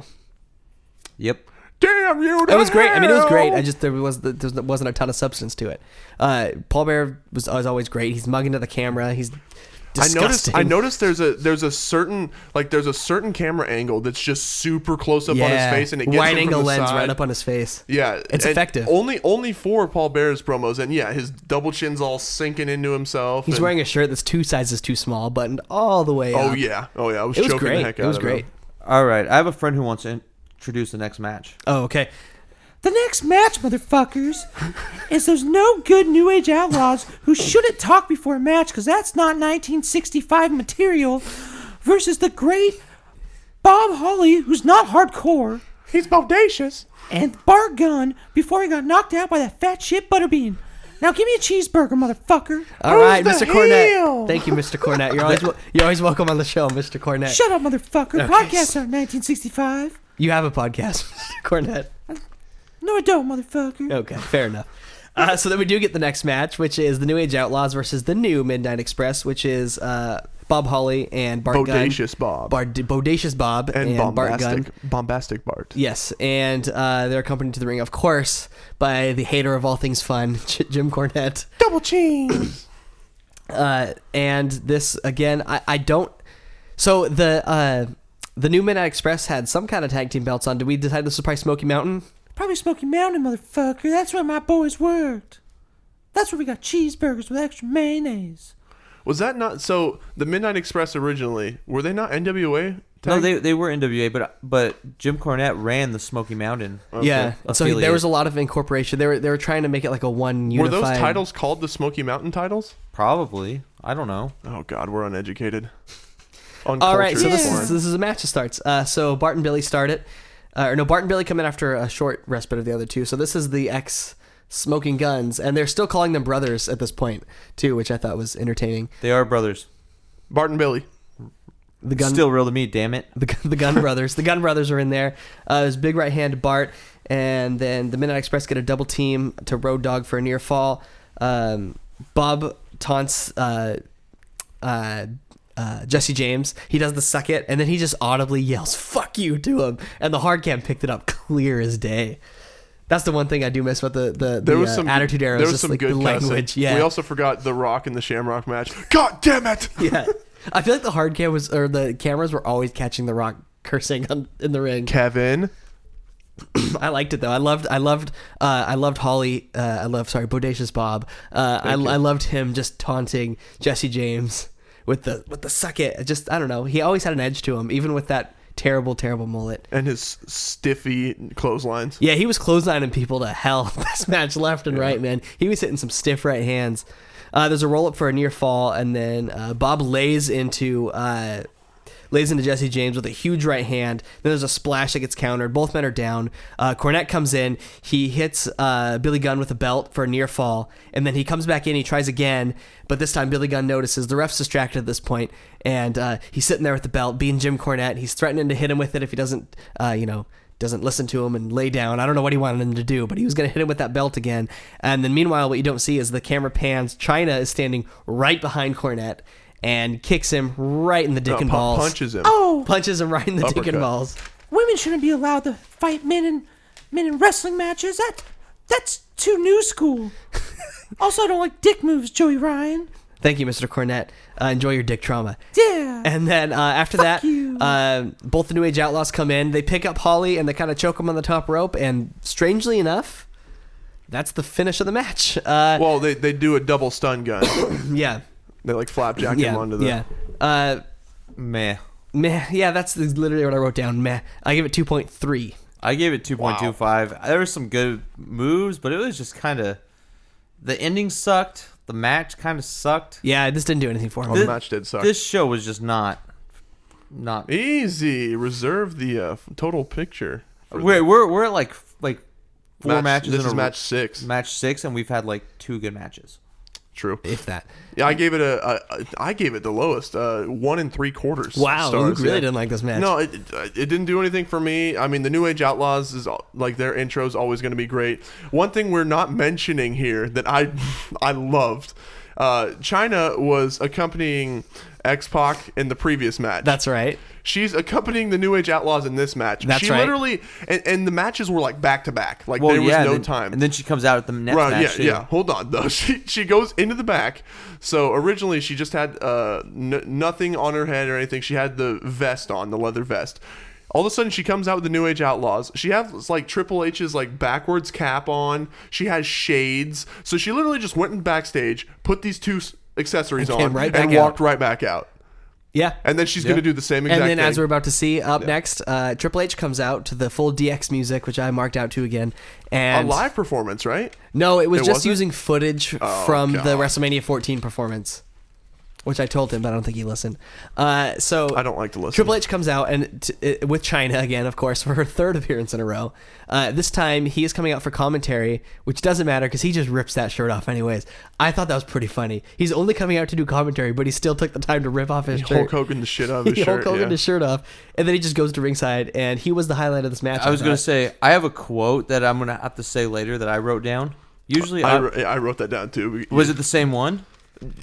Yep. damn you It was great. I mean, it was great. I hell. just there was there wasn't a ton of substance to it. Uh, Paul Bear was, was always great. He's mugging to the camera. He's I noticed. disgusting. I noticed. There's a there's a certain like there's a certain camera angle that's just super close up on his face, and it gets wide him from angle the lens side. right up on his face. Yeah, It's and effective. Only only for Paul Bear's promos, and yeah, his double chin's all sinking into himself. He's and- wearing a shirt that's two sizes too small, buttoned all the way. Oh up. yeah, oh yeah. I was it was choking great. the heck out it was of great. him. All right. I have a friend who wants to introduce the next match. Oh okay. The next match, motherfuckers, is those no good New Age outlaws who shouldn't talk before a match because that's not 1965 material versus the great Bob Holly, who's not hardcore, He's bodacious. and Bart Gunn before he got knocked out by that fat shit Butterbean. Now give me a cheeseburger, motherfucker. All right, Who's the Mr. Cornett. heel? Thank you, Mr. Cornett. *laughs* You're always wel- you're always welcome on the show, Mr. Cornett. Shut up, motherfucker. Podcasts are 1965. you have a podcast, *laughs* Mr. Cornett. No, I don't, motherfucker. Okay, fair enough. Uh, so then we do get the next match, which is the New Age Outlaws versus the new Midnight Express, which is uh, Bob Holly and Bart Gunn. Bodacious Bob. Bard- Bodacious Bob and, and, Bart Gunn. bombastic, bombastic Bart. Yes, and uh, they're accompanied to the ring, of course, by the hater of all things fun, *laughs* J- Jim Cornette. Double *clears throat* cheese. Uh, and this again, I, I don't. So the uh, the New Midnight Express had some kind of tag team belts on. Did we decide this was probably Smoky Mountain? Probably Smoky Mountain, motherfucker. That's where my boys worked. That's where we got cheeseburgers with extra mayonnaise. Was that not so? The Midnight Express originally were they not NWA? No, tag? they they were NWA, but but Jim Cornette ran the Smoky Mountain. Yeah. So Affiliate. there was a lot of incorporation. They were they were trying to make it like a one were unified. those titles called the Smoky Mountain titles? Probably. I don't know. Oh God, we're *laughs* uneducated. All right, so this Uncultured. is this is a match that starts. Uh, so Bart and Billy start it, uh, or no, Bart and Billy come in after a short respite of the other two. So this is the ex smoking guns, and they're still calling them brothers at this point too, which I thought was entertaining. They are brothers. Bart and Billy. The gun, Still real to me, damn it. the, gun- the *laughs* gun brothers, the gun brothers are in there. Uh, his big right hand to Bart, and then the Midnight Express get a double team to Road Dog for a near fall. Um, Bob taunts. Uh, uh, uh, Jesse James. He does the suck it, and then he just audibly yells "fuck you" to him, and the hard cam picked it up clear as day. That's the one thing I do miss about the the, There the, was uh, some attitude era. There is was just some like good the cussing. language. Yeah, We also forgot the Rock and the Shamrock match. God damn it! *laughs* yeah. I feel like the hard cam was or the cameras were always catching the rock cursing on, in the ring. Kevin. *clears throat* I liked it though. I loved, I loved, uh, I loved Holly. Uh, I love, sorry, Bodacious Bob. Uh, I, I loved him just taunting Jesse James with the with the suck it. Just I don't know. He always had an edge to him, even with that terrible, terrible mullet. and his stiffy clotheslines. *laughs* Yeah, he was clotheslining people to hell *laughs* this match left and right, man. He was hitting some stiff right hands. Uh, there's a roll up for a near fall, and then uh, Bob lays into uh, lays into Jesse James with a huge right hand. Then there's a splash that gets countered. Both men are down. Uh, Cornette comes in. He hits uh, Billy Gunn with a belt for a near fall, and then he comes back in. He tries again, but this time Billy Gunn notices the ref's distracted at this point, and uh, he's sitting there with the belt, being Jim Cornette. He's threatening to hit him with it if he doesn't, uh, you know doesn't listen to him and lay down. I don't know what he wanted him to do, but he was going to hit him with that belt again. And then, meanwhile, what you don't see is the camera pans. China is standing right behind Cornette and kicks him right in the dick Uh, and pu- balls. punches him. Oh, punches him right in the dick and Uppercut. balls. women shouldn't be allowed to fight men in men in wrestling matches. That that's too *laughs* new school. also, I don't like dick moves, Joey Ryan. Thank you, Mr. Cornette. Uh, enjoy your dick trauma. Yeah. And then uh, after that, you. uh, both the New Age Outlaws come in. They pick up Holly and they kind of choke him on the top rope. And strangely enough, that's the finish of the match. Uh, Well, they, they do a double stun gun. *coughs* yeah. they like flapjack Yeah. him onto the. Yeah. Uh, Meh. Meh. Yeah, that's literally what I wrote down. Meh. I give it 2.3. I gave it 2.25. There were some good moves, but it was just kind of the ending sucked. The match kind of sucked. Yeah, this didn't do anything for The me. match did suck. This show was just not not. Easy. Reserve the uh, f- total picture. for We're, we're we're at like like the four matches This in is a row- match six. match six, and we've had like two good matches. True. If that. Yeah, I gave it a, a, a I gave it the lowest, uh, one and three quarters. Wow, stars, Luke really yeah. didn't like this match. No, it, it it didn't do anything for me. I mean, the New Age Outlaws is al- like their intro is always going to be great. One thing we're not mentioning here that I *laughs* I loved, uh, China was accompanying X Pac in the previous match. That's right. She's accompanying the New Age Outlaws in this match. That's she right. literally and, and the matches were like back to back. Like Well, there was yeah, and no then- time. and then she comes out at the next Right, match. yeah, too. yeah. Hold on, *laughs* though. She she goes into the back. So originally she just had uh n- nothing on her head or anything. She had the vest on, the leather vest. All of a sudden she comes out with the New Age Outlaws. She has like Triple H's like backwards cap on. She has shades. So she literally just went in backstage, put these two s- accessories And came on, right and back out. walked right back out. Yeah. And then she's gonna do the same exact And then, thing. as we're about to see up next, uh, Triple H comes out to the full DX music, which I marked out to again. a And live performance, right? no, it was It just wasn't? Oh, using footage from the God. WrestleMania 14 performance. which I told him, but I don't think he listened. Uh, so I don't like to listen. Triple H comes out and t- it- with China again, of course, *laughs* for her third appearance in a row. Uh, this time he is coming out for commentary, which doesn't matter because he just rips that shirt off anyways. I thought that was pretty funny. He's only coming out to do commentary, but he still took the time to rip off his shirt. *laughs* Hulk Hogan the shit out of his he Hulk shirt. Hogan yeah. his shirt off, and then he just goes to ringside, and he was the highlight of this match. Uh, I was going thought. to say, I have a quote that I'm going to have to say later that I wrote down. Usually, I, I, wr- I wrote that down too. was it the same one?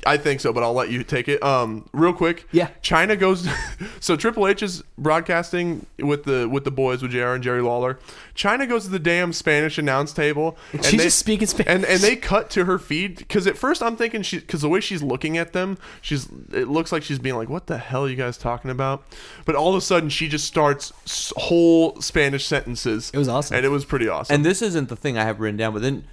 I think so, but I'll let you take it. Um, real quick. Yeah. China goes. *laughs* so Triple H is broadcasting with the with the boys with JR and Jerry Lawler. China goes to the damn Spanish announce table. And she's just speaking Spanish. And and they cut to her feed because at first I'm thinking she because the way she's looking at them, she's it looks like she's being like, "What the hell are you guys talking about?" But all of a sudden she just starts s- whole Spanish sentences. It was awesome. and it was pretty awesome. And this isn't the thing I have written down, but then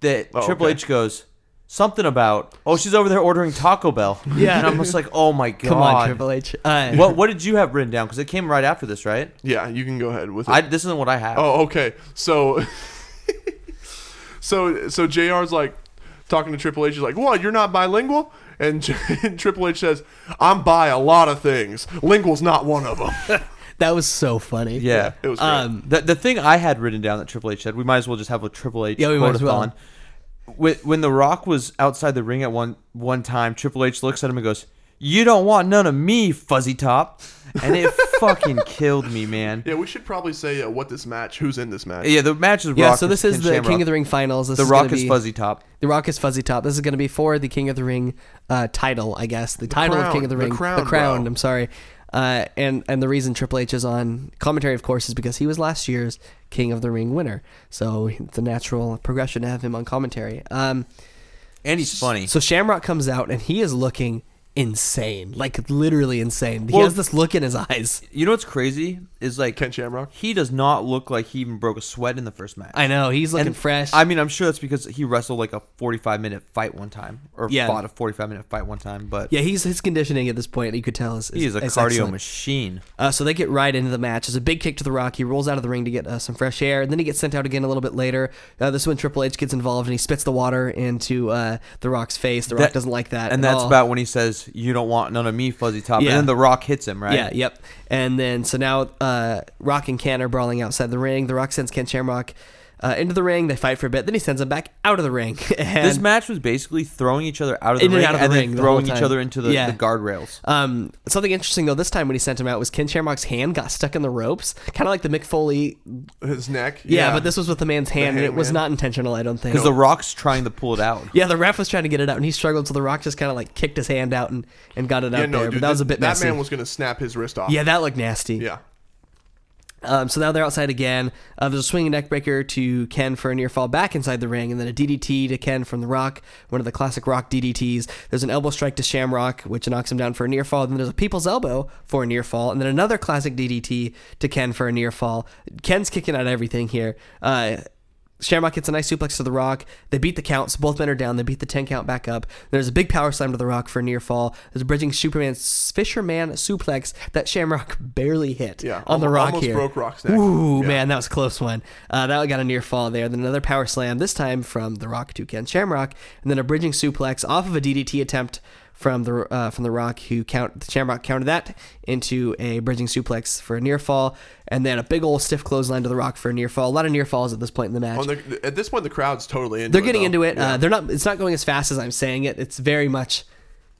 that Oh, Triple okay. H goes something about, oh, she's over there ordering Taco Bell. *laughs* Yeah. and I'm just like, oh my god. Come on, Triple H. Uh, What what did you have written down? Because it came right after this, right? yeah, you can go ahead with it. I this isn't what I have. Oh, okay. So, *laughs* so, so Jr's like talking to Triple H. He's like, "What? You're not bilingual?" And, *laughs* J- and Triple H says, "I'm bi a lot of things. Lingual's not one of them." that was so funny. yeah. *laughs* It was great. Um, The, the thing I had written down that Triple H said, we might as well just have a Triple H Yeah, we might as well. quote-a-thon. When, when The Rock was outside the ring at one one time, Triple H looks at him and goes, "You don't want none of me, Fuzzy Top," *laughs* and it fucking killed me, man. yeah, we should probably say uh, what this match. Who's in this match? Yeah, the match is Rock. Yeah, so this versus is Ken the Shamrock. King of the Ring finals. This The is gonna Rock is be- Fuzzy Top. The Rock is Fuzzy Top. This is going to be for the King of the Ring uh, title, I guess. The, title of crown. King of the The Ring, crown, bro. I'm sorry. Uh, and and the reason Triple H is on commentary, of course, is because he was last year's King of the Ring winner. So it's a natural progression to have him on commentary. Um, And he's funny. so Shamrock comes out and he is looking insane, like literally insane. He has this look in his eyes. you know what's crazy is like Ken Shamrock? He does not look like he even broke a sweat in the first match. I know he's looking fresh. I mean, I'm sure that's because he wrestled like a 45 minute fight one time, or Yeah. fought a 45 minute fight one time. But yeah, he's his conditioning at this point. You could tell is, he is a is cardio excellent. machine. Uh, so they get right into the match. There's a big kick to the Rock. He rolls out of the ring to get uh, some fresh air, and then he gets sent out again a little bit later. Uh, this is when Triple H gets involved, and he spits the water into uh, the Rock's face. The Rock That- doesn't like that, and at that's all. about when he says, "You don't want none of me, Fuzzy Top." Yeah. And then The Rock hits him, right? Yeah, yep. And then so now uh, Rock and Ken are brawling outside the ring. The Rock sends Ken Shamrock uh, into the ring. They fight for a bit. Then he sends him back out of the ring. *laughs* and, This match was basically throwing each other out of the In and ring out of the ring then the whole throwing each time. other into the, Yeah. the guardrails. Um, something interesting though, this time when he sent him out was Ken Shamrock's hand got stuck in the ropes, kind of like the Mick Foley. His neck. Yeah, but this was with the man's hand, and it was hangman. not intentional. I don't think Because The Rock's trying to pull it out. Yeah, the ref was trying to get it out, and he struggled. So the Rock just kind of like kicked his hand out and, and got it Yeah, out no, there. dude, but that was this- a bit That messy. man was gonna snap his wrist off. yeah, that looked nasty. Yeah. Um, so now they're outside again. Uh, there's a swinging neckbreaker to Ken for a near fall back inside the ring, and then a DDT to Ken from The Rock, one of the classic Rock DDTs. There's an elbow strike to Shamrock, which knocks him down for a near fall. Then there's a people's elbow for a near fall, and then another classic DDT to Ken for a near fall. Ken's kicking out everything here. Uh, Shamrock hits a nice suplex to the Rock. They beat the counts. Both men are down. They beat the 10 count back up. There's a big power slam to the Rock for a near fall. There's a bridging Superman Fisherman suplex that Shamrock *laughs* barely hit Yeah, on the almo- Rock almost here. broke Rock's neck. Ooh, Yeah. man, that was a close one. Uh, that got a near fall there. Then another power slam, this time from the Rock to Ken Shamrock, and then a bridging suplex off of a DDT attempt from the uh, from the Rock, who count Shamrock counted that into a bridging suplex for a near fall, and then a big old stiff clothesline to the Rock for a near fall. A lot of near falls at this point in the match. On the, at this point, the crowd's totally into. They're it, getting into though. it. Yeah. Uh, they're not. It's not going as fast as I'm saying it. It's very much,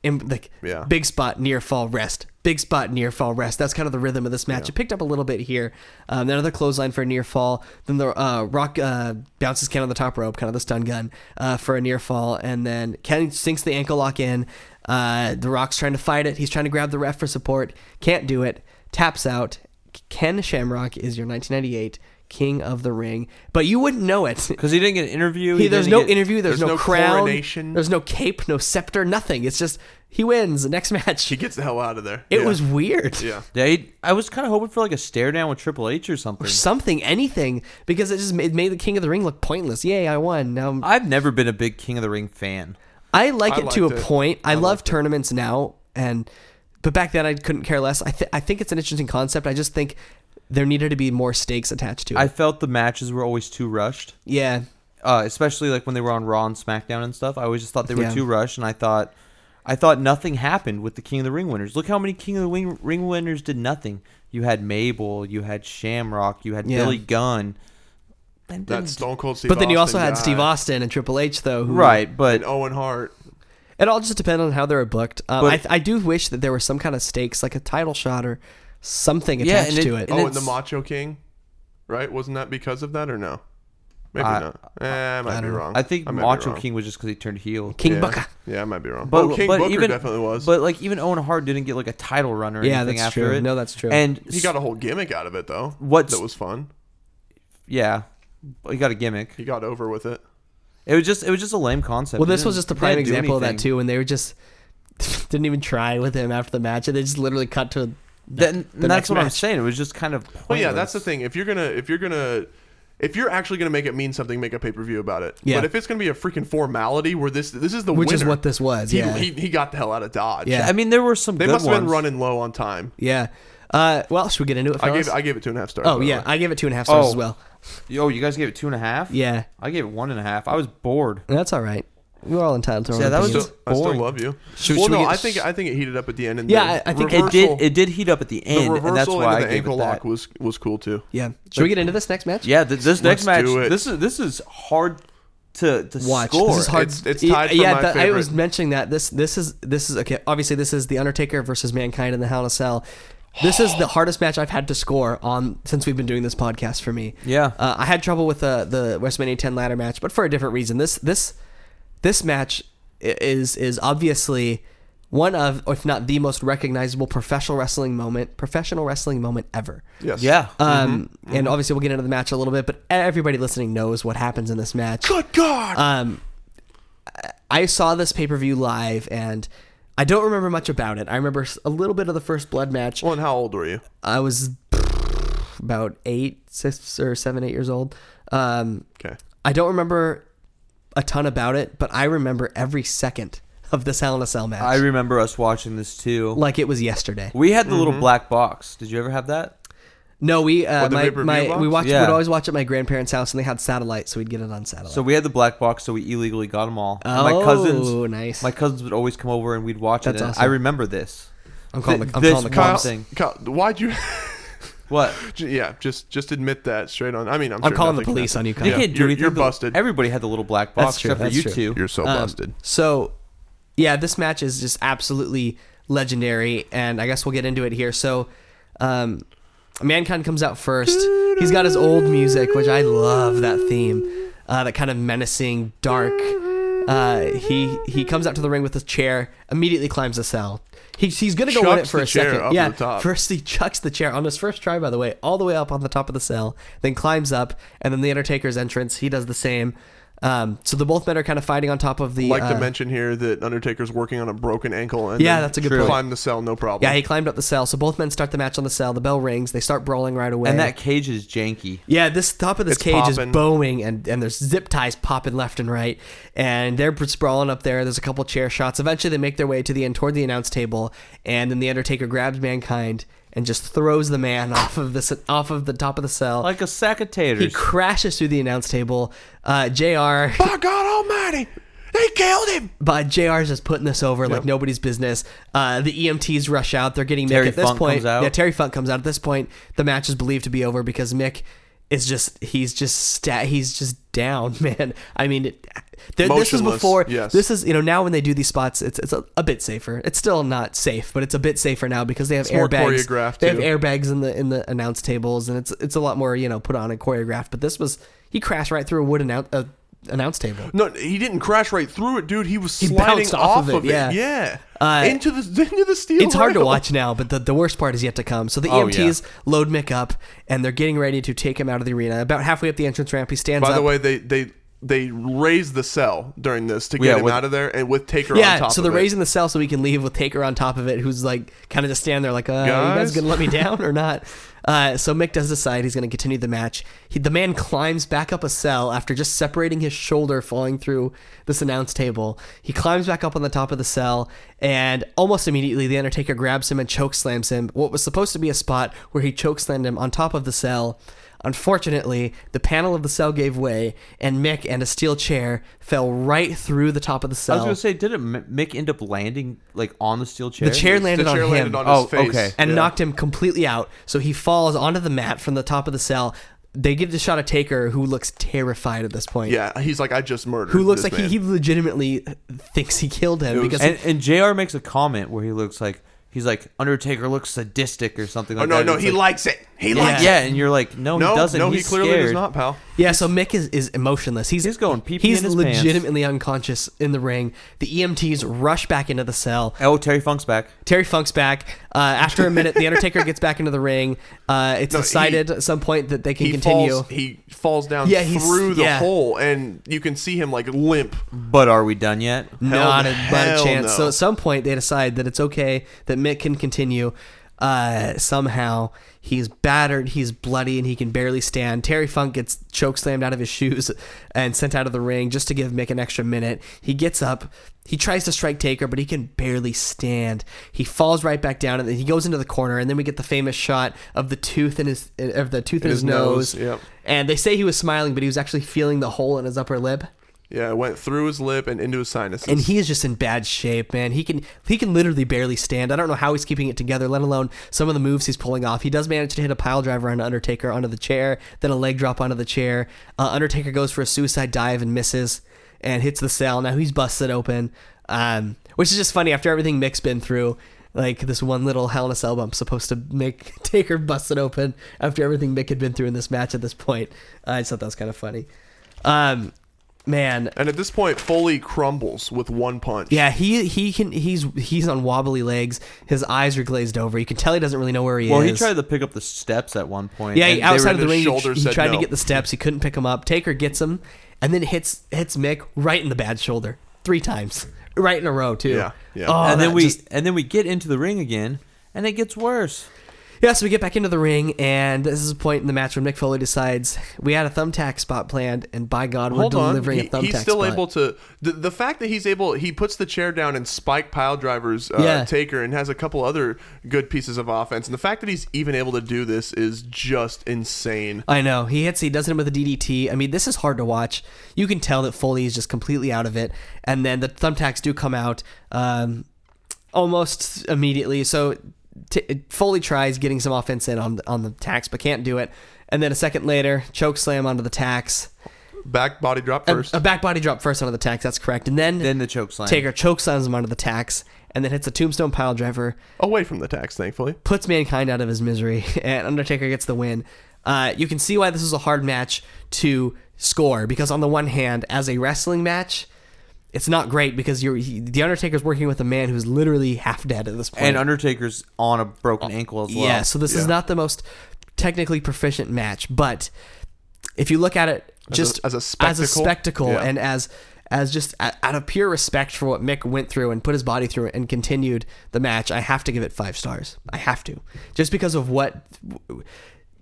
in, like Yeah. big spot near fall rest. Big spot near fall rest. That's kind of the rhythm of this match. It picked up a little bit here. Um, then another clothesline for a near fall. Then the uh, Rock uh, bounces Ken on the top rope, kind of the stun gun uh, for a near fall. And then Ken sinks the ankle lock in. Uh, the Rock's trying to fight it. He's trying to grab the ref for support. Can't do it. Taps out. Ken Shamrock is your 1998 King of the Ring, but you wouldn't know it Because he didn't get an interview. he, he there's didn't no get- interview. There's, there's no, no crown. coronation. There's no cape. No scepter. Nothing. It's just he wins. the Next *laughs* match. He gets the hell out of there. it Yeah. was weird. Yeah. Yeah, he- I was kind of hoping for like a stare down with Triple H or something. Something, anything, because it just made, made the King of the Ring look pointless. Yay, I won. Now I'm- I've never been a big King of the Ring fan. I like I it to a liked it. point. I, love tournaments now, and but back then I couldn't care less. I th- I think it's an interesting concept. I just think there needed to be more stakes attached to it. I felt the matches were always too rushed, yeah, uh, especially like when they were on Raw and SmackDown and stuff. I always just thought they were Yeah. too rushed, and I thought I thought nothing happened with the King of the Ring winners. Look how many King of the Ring, Ring winners did nothing. You had Mabel, you had Shamrock, you had Yeah. Billy Gunn. And *laughs* then- That Stone Cold Steve But then you also Austin had guy. Steve Austin and Triple H, though. Who, right, but and Owen Hart. It all just depends on how they were booked. Um, But- I, I do wish that there were some kind of stakes, like a title shot or something Yeah, attached and it- to it. and oh, and the it's- Macho King, right? Wasn't that because of that or no? Maybe I- not. Eh, I might be wrong. I think I might be Macho wrong. King was just because he turned heel. King Yeah. Booker. Yeah, I might be wrong. But, oh, King but Booker even, definitely was. But like even Owen Hart didn't get like a title run or Yeah, anything that's after true. it. No, that's true. And he got a whole gimmick out of it though. What's- that was fun. yeah, he got a gimmick. He got over with it. It was just it was just a lame concept. Well, It this was didn't- just a it prime didn't do example of that anything. too, when they were just *laughs* didn't even try with him after the match, and they just literally cut to. Then the that's next what I'm match. saying. It was just kind of. Pointless. Well, yeah, that's the thing. If you're gonna, if you're gonna, if you're actually gonna make it mean something, make a pay per view about it. Yeah. But if it's gonna be a freaking formality where this, this is the Which is winner, what this was, He, yeah. he, he got the hell out of dodge. Yeah. I mean, there were some. They good must have been ones. running low on time. Yeah. Uh, well, should we get into it? I fellas? gave I Uh, gave it two and a half stars. by oh the yeah, way. I gave it two and a half stars Oh. as well. Yo, you guys gave it two and a half. Yeah, I gave it one and a half. I was bored. that's all right. We're all entitled to our Yeah, own that was opinions. just I still boring. uh, love you. Should- well, should we no, get- I think I think it heated up at the end. And Yeah, the I- I think It reversal- did. It did heat up at the The end, and that's reversal why I into the gave ankle it lock that. was was cool too. yeah. Should we get into this next match? yeah, th- this Let's next match. do it. This is this is hard to to Watch. score. This is hard. It's- it's tied for yeah, my that- I was favorite. mentioning that this this is this is okay. Obviously, this is the Undertaker versus Mankind in the Hell in a Cell. This is the hardest match I've had to score on since we've been doing this podcast for me. Yeah. uh, I had trouble with uh, the WrestleMania 10 ladder match, but for a different reason. This this this match i- is is obviously one of, if not the most recognizable professional wrestling moment, professional wrestling moment ever. Yes. Yeah. Mm-hmm. Um, and obviously we'll get into the match a little bit, but everybody listening knows what happens in this match. Good God. Um, I- I saw this pay per view live, and I don't remember much about it. I remember s- a little bit of the first blood match. well, and how old were you? I was *sniffs* about eight, six or seven, eight years old. Um, Okay. I don't remember a ton about it, but I remember every second of this Hell in a Cell match I remember us watching this too. like mm-hmm. it was yesterday. we had the little black box. Did you ever have that? No, we uh, the my, pay-per-view my box? we watched Yeah. we'd always watch at my grandparents' house, and they had satellite, so we'd get it on satellite. So we had the black box, so we illegally got them all. And Oh, my cousins, nice. My cousins would always come over and we'd watch That's it. And awesome. I remember this. I'm calling the, I'm this calling the Kyle- cops. Thing. Kyle, why'd you? *laughs* What? J- yeah, just just admit that straight on. I mean, I'm, I'm sure calling the nothing police on happened. you, Kyle. You *laughs* Yeah, can't do you're- anything. You're The- busted. Everybody had the little black box That's true, except for that's you true. two. Uh, You're so Um, busted. So, yeah, this match is just absolutely legendary, and I guess we'll get into it here. So, um, Mankind comes out first. He's got his old music, which I love that theme, uh, that kind of menacing, dark. Uh, he he comes out to the ring with his chair, immediately climbs the cell. He, he's gonna go in it Chucks for the a chair second. up yeah, the top. first he chucks the chair on his first try, by the way, all the way up on the top of the cell, then climbs up, and then the Undertaker's entrance. He does the same. Um, so the both men are kind of fighting on top of the like uh, to mention here that Undertaker's working on a broken ankle and Yeah, then that's a good True. point. Climb the cell, no problem. Yeah, he climbed up the cell. So both men start the match on the cell. The bell rings. They start brawling right away. And that cage is janky. yeah, this top of this It's cage is popping. bowing, and and there's zip ties popping left and right, and they're sprawling up there. There's a couple chair shots. Eventually, they make their way to the end toward the announce table, and then the Undertaker grabs mankind and just throws the man *laughs* off of this off of the top of the cell. Like a sack of he taters. crashes through the announce table. Uh, Jr. By God Almighty, they killed him. But JR's just putting this over like nobody's business. Uh, the EMTs rush out. They're getting Terry Mick at this Funk point. comes out. Yeah, Terry Funk comes out. At this point, the match is believed to be over because Mick is just he's just sta- he's just down, *laughs* man. I mean, it, there, this was Motionless, before. yes. This is you know now when they do these spots, it's it's a, a bit safer. It's still not safe, but it's a bit safer now because they have more airbags. choreographed, They have too. airbags in the in the announce tables, and it's it's a lot more you know put on and choreographed. But this was he crashed right through a wood announce uh, announce table. No, he didn't crash right through it, dude. He was sliding bounced off, of it. Yeah, Uh, into the *laughs* into the steel. It's hard to rail. watch now, but the, the worst part is yet to come. So the Oh, EMTs load Mick up, and they're getting ready to take him out of the arena. About halfway up the entrance ramp, he stands By up. the way, they they they raised the cell during this to get Yeah, him with- out of there and with Taker on yeah, top so of they're it. raising the cell so he can leave with Taker on top of it, who's like kind of just standing there like, uh, are you guys Guys? going to *laughs* let me down or not? Uh, so Mick does decide he's going to continue the match. He, the man climbs back up a cell after just separating his shoulder falling through this announce table. He climbs back up on the top of the cell, and almost immediately the Undertaker grabs him and chokeslams him. What was supposed to be a spot where he chokeslammed him on top of the cell. Unfortunately, the panel of the cell gave way, and Mick and a steel chair fell right through the top of the I cell. was gonna say, didn't M- Mick end up landing like on the steel chair? the chair landed the chair on landed him. on Oh, his face. okay. and Yeah. knocked him completely out. So he falls onto the mat from the top of the cell. They give the shot at Taker, who looks terrified at this point. Yeah, he's like, I just murdered. Who looks this like he, man." he legitimately thinks he killed him because And, and Jr. makes a comment where he looks like he's like Undertaker looks sadistic or something. Oh like no, that. no, It's he like, likes it. He Yeah. likes it. Yeah, and you're like, no, No, he doesn't. no, he's he clearly scared. does not, pal. Yeah, so Mick is, is emotionless. He's He's going pee-pee He's in his pants. legitimately unconscious in the ring. The EMTs rush back into the cell. Oh, Terry Funk's back. Terry Funk's back. Uh, after a minute, the Undertaker gets back into the ring. Uh, it's No, he- decided at some point that they can He continue. falls. He falls down Yeah, he's- through the yeah. hole, and you can see him like limp. But are we done yet? not a, Hell not a no. chance. So at some point they decide that it's okay that Mick can continue. Uh, somehow he's battered, he's bloody, and he can barely stand. Terry Funk gets choke slammed out of his *laughs* shoes and sent out of the ring just to give Mick an extra minute. He gets up, he tries to strike Taker, but he can barely stand. He falls right back down, and then he goes into the corner. And then we get the famous shot of the tooth in his of the tooth in his, his nose, nose. yep. And they say he was smiling, but he was actually feeling the hole in his upper lip Yeah, it went through his lip and into his sinuses. and he is just in bad shape, man. He can he can literally barely stand. I don't know how he's keeping it together, let alone some of the moves he's pulling off. He does manage to hit a pile driver on Undertaker onto the chair, then a leg drop onto the chair. Uh, Undertaker goes for a suicide dive and misses, and hits the cell. Now he's busted open, um, which is just funny after everything Mick's been through. Like this one little Hell in a Cell bump supposed to make *laughs* Taker busted open after everything Mick had been through in this match. At this point, I just thought that was kind of funny. Um, man, And at this point, Foley crumbles with one punch. yeah, he he can he's he's on wobbly legs. His eyes are glazed over. You can tell he doesn't really know where he Well, is. he tried to pick up the steps at one point. yeah, and he- they outside were- of the his ring, he, shoulder he said tried to no. get the steps. He couldn't pick him up. Taker gets him, and then hits hits Mick right in the bad shoulder three times, right in a row too. Yeah, yeah. Oh, and then that we just- and then we get into the ring again, and it gets worse. Yeah, so we get back into the ring, and this is a point in the match where Mick Foley decides we had a thumbtack spot planned, and by God, we're Hold on. delivering he- a thumbtack he's still spot. able to. The, the fact that he's able, he puts the chair down and spike pile drivers uh, Yeah. taker and has a couple other good pieces of offense. And the fact that he's even able to do this is just insane. I know. He hits, he does it with a DDT. I mean, this is hard to watch. You can tell that Foley is just completely out of it. And then the thumbtacks do come out um, almost immediately. So t- Foley tries getting some offense in on the, on the tax, but can't do it. And then a second later, choke slam onto the tax. Back body drop A- first. A, back body drop first onto the tax. That's correct. And then, Then the choke slam. Taker choke slams him onto the tax and then hits a tombstone pile driver Away from the tax, thankfully. puts mankind out of his misery, *laughs* and Undertaker gets the win. Uh, you can see why this is a hard match to score because on the one hand, as a wrestling match, it's not great because you're he, the Undertaker's working with a man who's literally half dead at this point. Oh, and Undertaker's on a broken ankle as well. yeah, so this is not the most technically proficient match, but if you look at it just as a as a spectacle? spectacle Yeah. and as as just a- out of pure respect for what Mick went through and put his body through and continued the match, I have to give it five stars. I have to, just because of what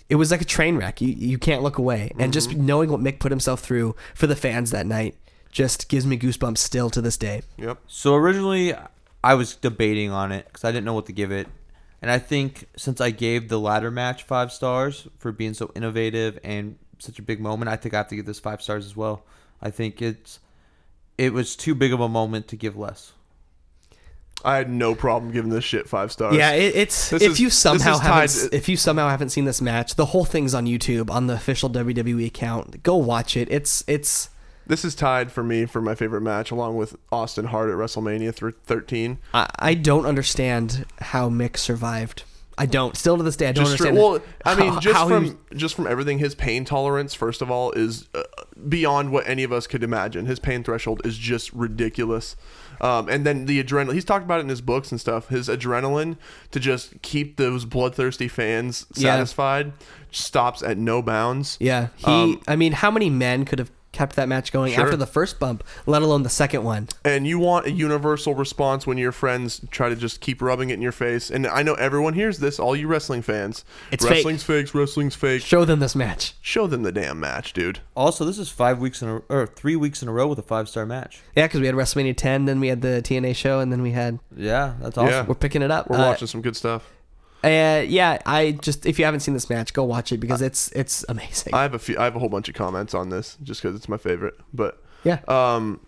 it was like a train wreck. You you can't look away, and just Mm-hmm. knowing what Mick put himself through for the fans that night just gives me goosebumps still to this day. Yep. So originally, I was debating on it because I didn't know what to give it, and I think since I gave the latter match five stars for being so innovative and such a big moment, I think I have to give this five stars as well. I think it's it was too big of a moment to give less. I had no problem giving this shit five stars. Yeah, it, it's This if is- you this somehow is tied- haven't if you somehow haven't seen this match, the whole thing's on YouTube on the official WWE account. Go watch it. It's it's This is tied for me for my favorite match, along with Austin Hart at WrestleMania through 13. I, I don't understand how Mick survived. I don't. Still to this day, I don't just understand. straight- well, I mean, how- just how he from was- just from everything, his pain tolerance, first of all, is uh, beyond what any of us could imagine. His pain threshold is just ridiculous, um, and then the adrenaline. He's talked about it in his books and stuff. His adrenaline to just keep those bloodthirsty fans Yeah. satisfied stops at no bounds. yeah, he. Um, I mean, how many men could have kept that match going Sure. after the first bump, let alone the second one? And you want a universal response when your friends try to just keep rubbing it in your face. And I know everyone hears this, all you wrestling fans. It's fake. wrestling's fake. Wrestling's fake. Show them this match. Show them the damn match, dude. Also, this is five weeks in a, or three weeks in a row with a five star match. Yeah, because we had WrestleMania 10, then we had the TNA show, and then we had Yeah, that's awesome. Yeah. we're picking it up. We're Uh, watching some good stuff. Uh, yeah, I just if you haven't seen this match, go watch it because it's it's amazing. I have a few. I have a whole bunch of comments on this just because it's my favorite. But Yeah. Um,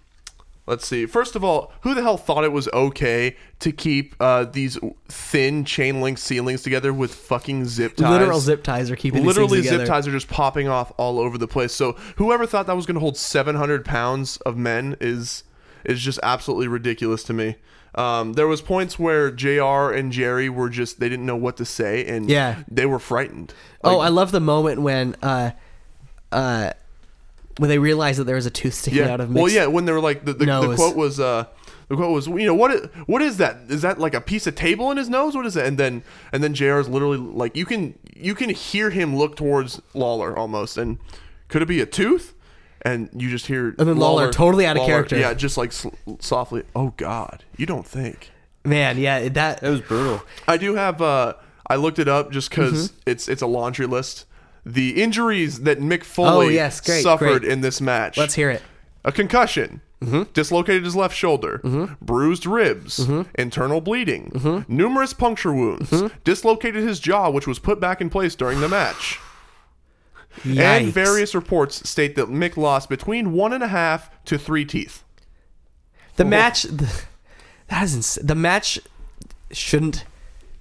let's see. First of all, who the hell thought it was okay to keep uh, these thin chain link ceilings together with fucking zip ties? Literal zip ties are keeping these Literally, things zip together. ties are just popping off all over the place. So whoever thought that was going to hold 700 pounds of men is is just absolutely ridiculous to me. Um, there was points where Jr. and Jerry were just they didn't know what to say and Yeah. they were frightened. Oh, I love the moment when uh, uh, when they realize that there was a tooth sticking out of Mick's. Well, yeah, when they were like the, the, the nose. quote was uh the quote was you know what i- what is that? Is that like a piece of table in his nose? What is that? And then and then JR is literally like you can you can hear him look towards Lawler almost and could it be a tooth? And you just hear And then Lawler totally out of character. Yeah, just like sl- softly. Oh God, you don't think? man, yeah, that It was brutal. I do have. Uh, I looked it up just because it's it's a laundry list. The injuries that Mick Foley Mm-hmm. Oh, yes, great, suffered great. in this match. Let's hear it. a concussion, Mm-hmm. dislocated his left shoulder, bruised ribs, internal bleeding, Mm-hmm. numerous puncture wounds, dislocated his jaw, which was put back in place during the match. And Yikes. various reports state that Mick lost between one and a half to three teeth. The match the, that is ins- the match shouldn't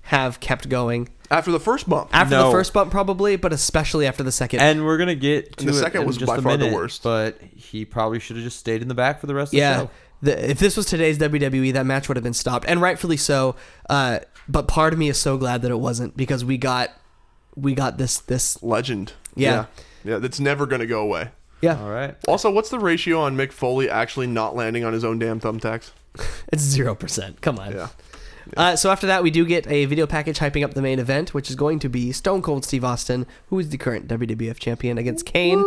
have kept going After the first bump, after the No. first bump probably, but especially after the second. And we're gonna get to the it second in was just by a far the minute, worst. But he probably should have just stayed in the back for the rest yeah, of the show. the, if this was today's WWE, that match would have been stopped, and rightfully so. Uh, but part of me is so glad that it wasn't because we got we got this this legend. Yeah. yeah, Yeah, that's never going to go away. yeah Uh, All right. Also, what's the ratio on Mick Foley actually not landing on his own damn thumbtacks? It's zero percent. Come on. Yeah. Uh, so after that, we do get a video package hyping up the main event, which is going to be Stone Cold Steve Austin, who is the current WWF champion, against Kane,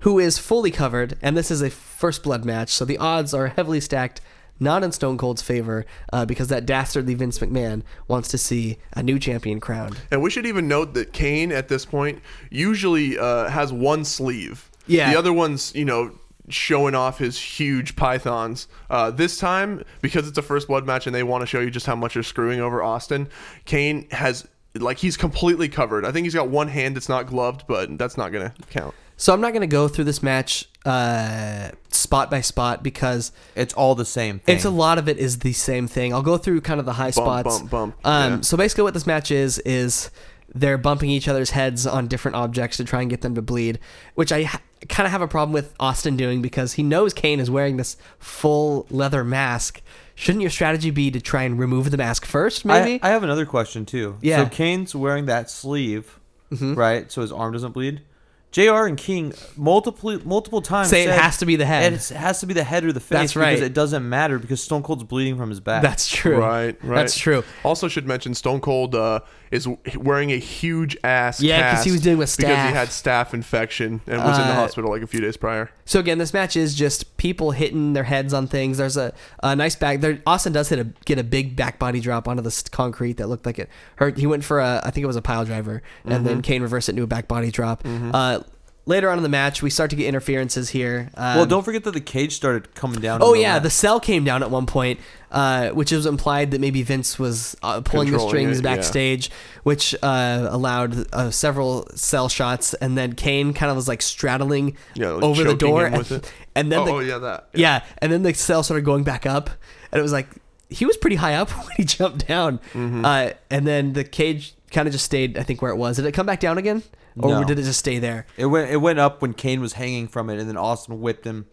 who is fully covered, and this is a first blood match. So the odds are heavily stacked, not in Stone Cold's favor, uh, because that dastardly Vince McMahon wants to see a new champion crowned. And we should even note that Kane at this point usually uh, has one sleeve. Yeah. The other one's, you know, showing off his huge pythons. Uh, this time, because it's a first blood match and they want to show you just how much you're screwing over Austin, Kane has. Like he's completely covered. I think he's got one hand that's not gloved, but that's not gonna count. So I'm not going to go through this match uh, spot by spot because It's all the same thing. It's a lot of it is the same thing. I'll go through kind of the high spots. bump, bump. Um, Yeah. So basically, what this match is is they're bumping each other's heads on different objects to try and get them to bleed, which I ha- kind of have a problem with Austin doing because he knows Kane is wearing this full leather mask. Shouldn't your strategy be to try and remove the mask first? Maybe. I, I have another question too. Yeah. Mm-hmm. So Kane's wearing that sleeve, right? So his arm doesn't bleed. Jr. and King multiple multiple times Say it said has to be the head. It has to be the head or the face. That's right. Because it doesn't matter because Stone Cold's bleeding from his back. That's true. Right, right. That's true. Also, should mention Stone Cold uh, is wearing a huge ass. Yeah, 'cause cast he was dealing with because staph. he had staph infection and was in the Uh, hospital like a few days prior. So again, this match is just people hitting their heads on things. There's a, a nice back. There, Austin does hit a get a big back body drop onto the s- concrete that looked like it hurt. He went for a I think it was a pile driver, and Mm-hmm. then Kane reversed it into a back body drop. Uh, later on in the match, we start to get interferences here. Um, well, don't forget that the cage started coming down. in Oh the yeah, lap. the cell came down at one point, uh, which is implied that maybe Vince was uh, pulling the Controlling strings it, yeah. backstage, which uh, allowed uh, several cell shots, and then Kane kind of was like straddling Yeah, like over the choking door, him and, with it. and then Oh, the, oh, yeah, that, yeah. and then the cell started going back up, and it was like he was pretty high up *laughs* when he jumped down, uh, and then the cage kind of just stayed, I think, where it was. Did it come back down again, or No. did it just stay there? it went it went up when Kane was hanging from it, and then Austin whipped him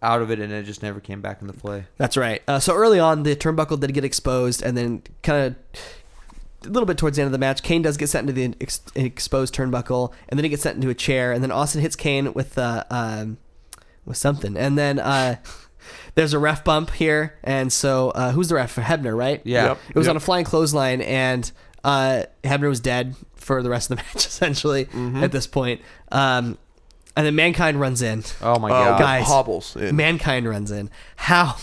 out of it, and it just never came back into play. That's right. Uh, so early on, the turnbuckle did get exposed, and then kind of a little bit towards the end of the match, Kane does get sent into the ex- exposed turnbuckle, and then he gets sent into a chair, and then Austin hits Kane with uh, um, with something, and then uh, *laughs* there's a ref bump here, and so uh, who's the ref? Hebner, right? Yeah. Yep. It was Yep. on a flying clothesline, and uh, Hebner was dead for the rest of the *laughs* match, essentially at this point. Um, and then Mankind runs in. Oh my Uh, god. guys. hobbles. in. Mankind runs in. How?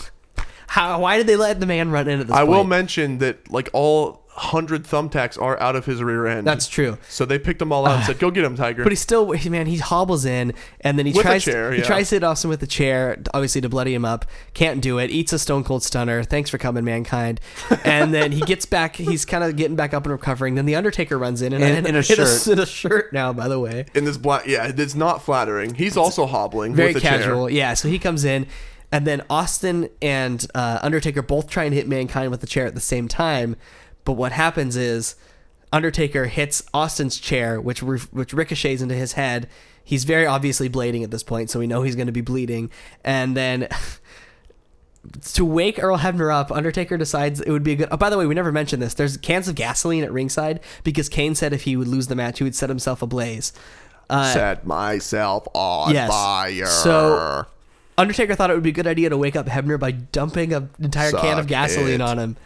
How? Why did they let the man run in at this I point? will mention that like all hundred thumbtacks are out of his rear end. That's true. so they picked them all out and said, "Go get him, Tiger." But he still, he- man, he hobbles in and then he With a tries. chair, He yeah. tries to hit Austin with a chair, obviously to bloody him up. Can't do it. Eats a stone cold stunner. Thanks for coming, mankind. And then he gets back. He's kind of getting back up and recovering. Then the Undertaker runs in and In- in a shirt. in a shirt now, by the way. in this black, yeah, it's not flattering. He's also hobbling. very with a casual. Chair. Yeah, so he comes in, and then Austin and uh, Undertaker both try and hit Mankind with the chair at the same time. But what happens is Undertaker hits Austin's chair, which re- which ricochets into his head. He's very obviously blading at this point, so we know he's going to be bleeding. And then *laughs* to wake Earl Hebner up, Undertaker decides it would be a good. Oh, by the way, we never mentioned this. There's cans of gasoline at ringside because Kane said if he would lose the match, he would set himself ablaze. Uh, Set myself on Yes. fire. So- Undertaker thought it would be a good idea to wake up Hebner by dumping an entire can of Suck gasoline it. on him,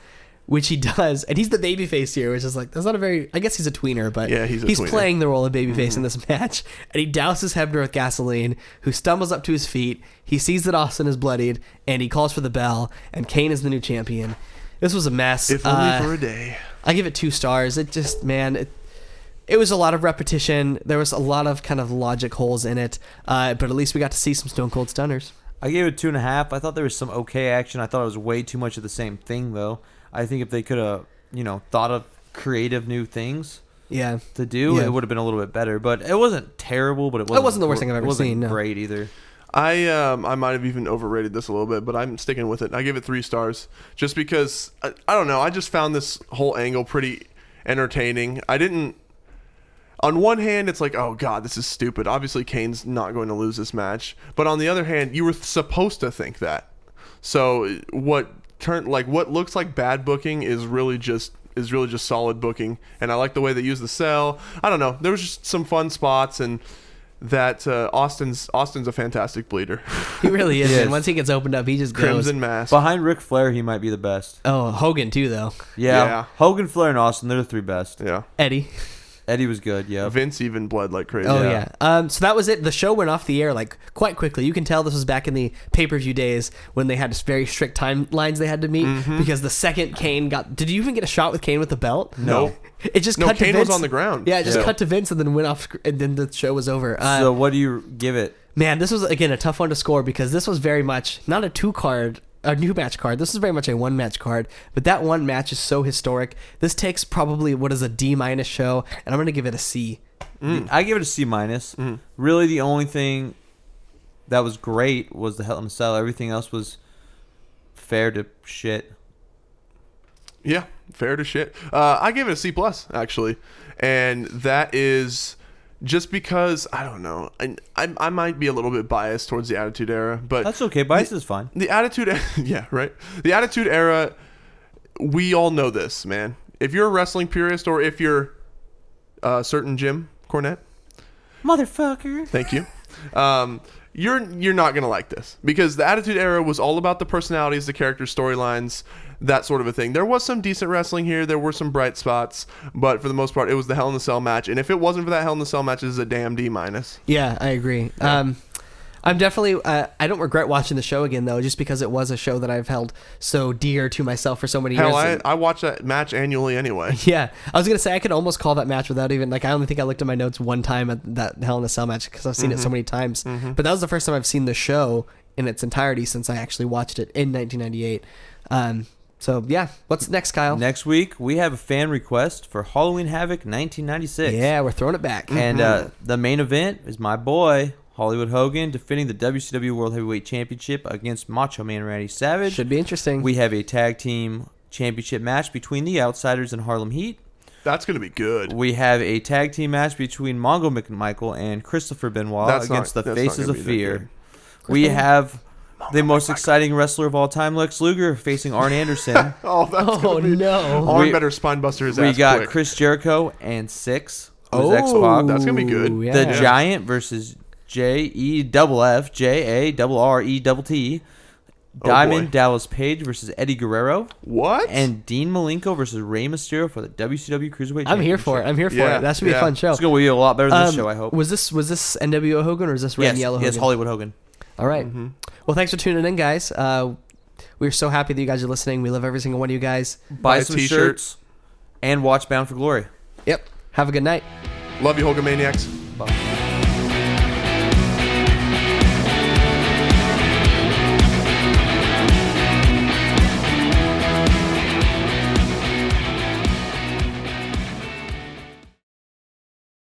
which he *laughs* does. And he's the babyface here, which is like, that's not a very, I guess he's a tweener, but Yeah, he's a tweener. Mm-hmm. playing the role of babyface in this *laughs* match. And he douses Hebner with gasoline, who stumbles up to his feet. He sees that Austin is bloodied, and he calls for the bell, and Kane is the new champion. This was a mess. if only Uh, for a day. I give it two stars. It just, man, it, it was a lot of repetition. There was a lot of kind of logic holes in it, uh, but at least we got to see some Stone Cold Stunners. I gave it two and a half. I thought there was some okay action. I thought it was way too much of the same thing, though. I think if they could have, you know, thought of creative new things Yeah. to do, Yeah. it would have been a little bit better. But it wasn't terrible. But it wasn't, wasn't the worst thing I've it ever wasn't seen, no. Great either. I um I might have even overrated this a little bit, but I'm sticking with it. I give it three stars just because I, I don't know. I just found this whole angle pretty entertaining. I didn't. On one hand, it's like, oh god, this is stupid. Obviously, Kane's not going to lose this match. But on the other hand, you were supposed to think that. So what turned like what looks like bad booking is really just is really just solid booking, and I like the way they use the cell. I don't know. There was just some fun spots and. That uh, Austin's Austin's a fantastic bleeder. *laughs* He really is. Yes. And once he gets opened up, he just Crimson goes. Mask. Behind Ric Flair, he might be the best. Oh, Hogan too, though. Yeah. Yeah. Hogan, Flair, and Austin, they're the three best. Yeah. Eddie. Eddie was good. Yeah. Vince even bled like crazy. Oh Yeah. yeah. Um, so that was it. The show went off the air like quite quickly. You can tell this was back in the pay per view days when they had very strict timelines they had to meet because the second Kane got. Did you even get a shot with Kane with the belt? No. It just No, cut Kane to Vince. was on the ground. Yeah, it just Yeah. cut to Vince and then went off, sc- and then the show was over. Uh, so what do you give it? Man, this was again a tough one to score because this was very much not a two card, a new match card. This was very much a one match card, but that one match is so historic. This takes probably what is a D minus show, and I'm gonna give it a C. Mm. I give it a C minus. Mm-hmm. Really, the only thing that was great was the Hell in a Cell. Everything else was fair to shit. Yeah, fair to shit. Uh, I gave it a C plus actually, and that is just because I don't know. I, I I might be a little bit biased towards the Attitude Era, but That's okay. Bias is fine. the Attitude, E, *laughs* yeah, right. The Attitude Era. We all know this, man. If you're a wrestling purist, or if you're a certain Jim Cornette, Motherfucker. Thank you. Um, you're you're not gonna like this because the Attitude Era was all about the personalities, the characters, storylines, that sort of a thing. There was some decent wrestling here. There were some bright spots, but for the most part, it was the Hell in a Cell match. And if it wasn't for that Hell in a Cell match, it's a damn D minus. Yeah, I agree. Um, I'm definitely. Uh, I don't regret watching the show again though, just because it was a show that I've held so dear to myself for so many Hell, years. I, And- I watch that match *laughs* annually anyway. *laughs* yeah, I was gonna say I could almost call that match without even like I only think I looked at my notes one time at that Hell in a Cell match because I've seen it Mm-hmm. so many times. But that was the first time I've seen the show in its entirety since I actually watched it in 1998. Um, so yeah, what's next, Kyle? Next week we have a fan request for Halloween Havoc 1996. Yeah, Mm-hmm. we're throwing it back. And uh, the main event is my boy Hollywood Hogan defending the WCW World Heavyweight Championship against Macho Man Randy Savage. Should be interesting. We have a tag team championship match between the Outsiders and Harlem Heat. That's gonna be good. We have a tag team match between Mongo McMichael and Christopher Benoit That's not- against the that's not Faces gonna of be that Fear. We have the most exciting wrestler of all time, Lex Luger, facing Arn *laughs* Anderson. *laughs* Oh, that's oh no. Arn We- better spine buster his we ass got quick. Chris Jericho and Six. Oh, Oh, Xbox. That's gonna be good. Ooh, the Oh, yeah. Giant versus J E double F J A double R E double T. Oh, boy. Diamond Dallas Page versus Eddie Guerrero. what? And Dean Malenko versus Rey Mysterio for the WCW Cruiserweight I'm here for it. I'm here for Yeah, it. That should be a yeah. fun show. It's going to be a lot better than this Um, show, I hope. Was this was this NWO Hogan or is this Red yes, and Yellow Hogan? yes, Hollywood Hogan. All right. Mm-hmm. Well, thanks for tuning in, guys. Uh, we're so happy that you guys are listening. We love every single one of you guys. buy a some t-shirt. shirts and watch Bound for Glory. Yep. Have a good night. Love you, Hulkamaniacs.